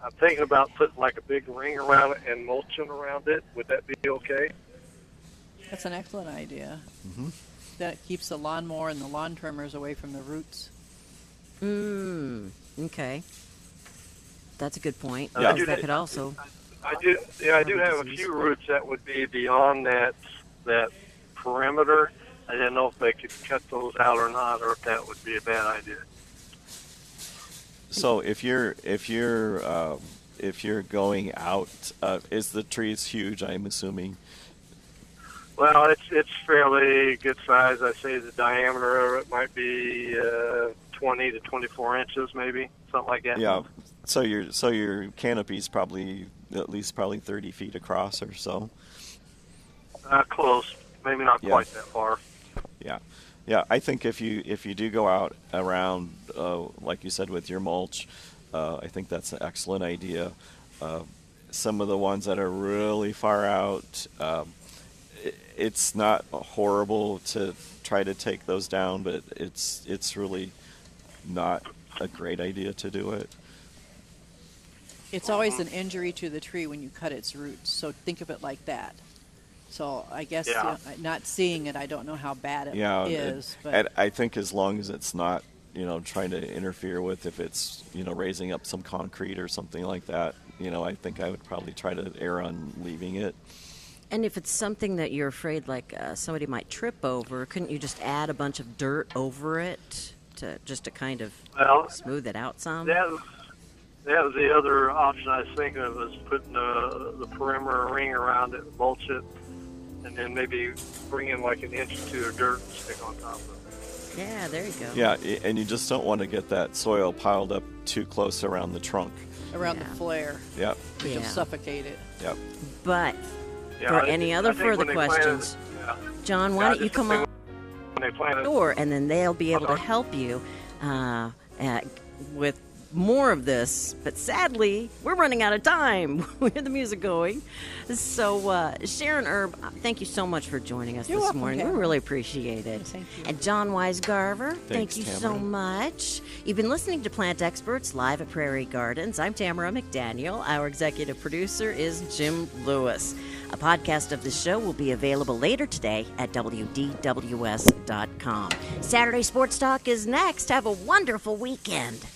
[SPEAKER 8] I'm thinking about putting like a big ring around it and mulching around it. Would that be okay?
[SPEAKER 3] That's an excellent idea. That keeps the lawnmower and the lawn trimmers away from the roots.
[SPEAKER 1] Mm, okay. That's a good point.
[SPEAKER 8] Yeah.
[SPEAKER 1] because That could also.
[SPEAKER 8] I do. Yeah, I do
[SPEAKER 1] Herb
[SPEAKER 8] have a
[SPEAKER 1] disease.
[SPEAKER 8] few roots that would be beyond that that perimeter. I didn't know if they could cut those out or not, or if that would be a bad idea.
[SPEAKER 2] So if you're if you're um, if you're going out, uh, is the trees huge? I'm assuming.
[SPEAKER 8] Well, it's it's fairly good size. I say the diameter of it might be uh, 20 to 24 inches, maybe something like that.
[SPEAKER 2] Yeah. So your so your canopy's probably at least probably thirty feet across or so.
[SPEAKER 8] uh, close. Maybe not
[SPEAKER 2] Yeah.
[SPEAKER 8] quite that far.
[SPEAKER 2] Yeah. Yeah. I think if you if you do go out around uh, like you said with your mulch, uh, I think that's an excellent idea. Uh, some of the ones that are really far out, um, i it's not horrible to try to take those down, but it's it's really not a great idea to do it.
[SPEAKER 3] It's always an injury to the tree when you cut its roots. So think of it like that. So I guess
[SPEAKER 8] Yeah.
[SPEAKER 3] uh, not seeing it, I don't know how bad it is.
[SPEAKER 2] yeah,
[SPEAKER 3] but
[SPEAKER 2] and I think as long as it's not, you know, trying to interfere with if it's, you know, raising up some concrete or something like that, you know, I think I would probably try to err on leaving it.
[SPEAKER 1] And if it's something that you're afraid, like uh, somebody might trip over, couldn't you just add a bunch of dirt over it to just to kind of
[SPEAKER 8] Well,
[SPEAKER 1] smooth it out some?
[SPEAKER 8] That was, that was the other option I was thinking of was putting the, the perimeter ring around it, mulch it, and then maybe bring in like an inch or two of dirt and stick on top of it.
[SPEAKER 1] Yeah, there you go.
[SPEAKER 2] Yeah, i- and you just don't want to get that soil piled up too close around the trunk.
[SPEAKER 3] around
[SPEAKER 1] yeah.
[SPEAKER 3] the flare,
[SPEAKER 2] Yep,
[SPEAKER 3] which will
[SPEAKER 1] Yeah.
[SPEAKER 3] suffocate it.
[SPEAKER 2] yep.
[SPEAKER 1] But,
[SPEAKER 8] Yeah,
[SPEAKER 1] For
[SPEAKER 8] I-
[SPEAKER 1] any
[SPEAKER 8] I
[SPEAKER 1] other
[SPEAKER 8] think when
[SPEAKER 1] further
[SPEAKER 8] they planted-
[SPEAKER 1] questions?
[SPEAKER 8] yeah.
[SPEAKER 1] John, why
[SPEAKER 8] Yeah, I
[SPEAKER 1] don't you
[SPEAKER 8] just
[SPEAKER 1] come
[SPEAKER 8] think
[SPEAKER 1] on?
[SPEAKER 8] When they planted,
[SPEAKER 3] Uh-huh.
[SPEAKER 1] door, and then they'll be able to
[SPEAKER 8] Okay.
[SPEAKER 1] help you uh, at, with more of this, but sadly, we're running out of time. we hear the music going. So, uh, Sharon Erb, uh, thank you so much for joining us
[SPEAKER 3] You're
[SPEAKER 1] this
[SPEAKER 3] welcome,
[SPEAKER 1] morning.
[SPEAKER 3] Tamara.
[SPEAKER 1] We really appreciate it.
[SPEAKER 3] Thank you.
[SPEAKER 1] And John Wise Garver, thank
[SPEAKER 2] Thanks,
[SPEAKER 1] you so
[SPEAKER 2] Tamara.
[SPEAKER 1] much. You've been listening to Plant Experts live at Prairie Gardens. I'm Tamara McDaniel. Our executive producer is Jim Lewis. A podcast of the show will be available later today at WDWS.com. Saturday Sports Talk is next. Have a wonderful weekend.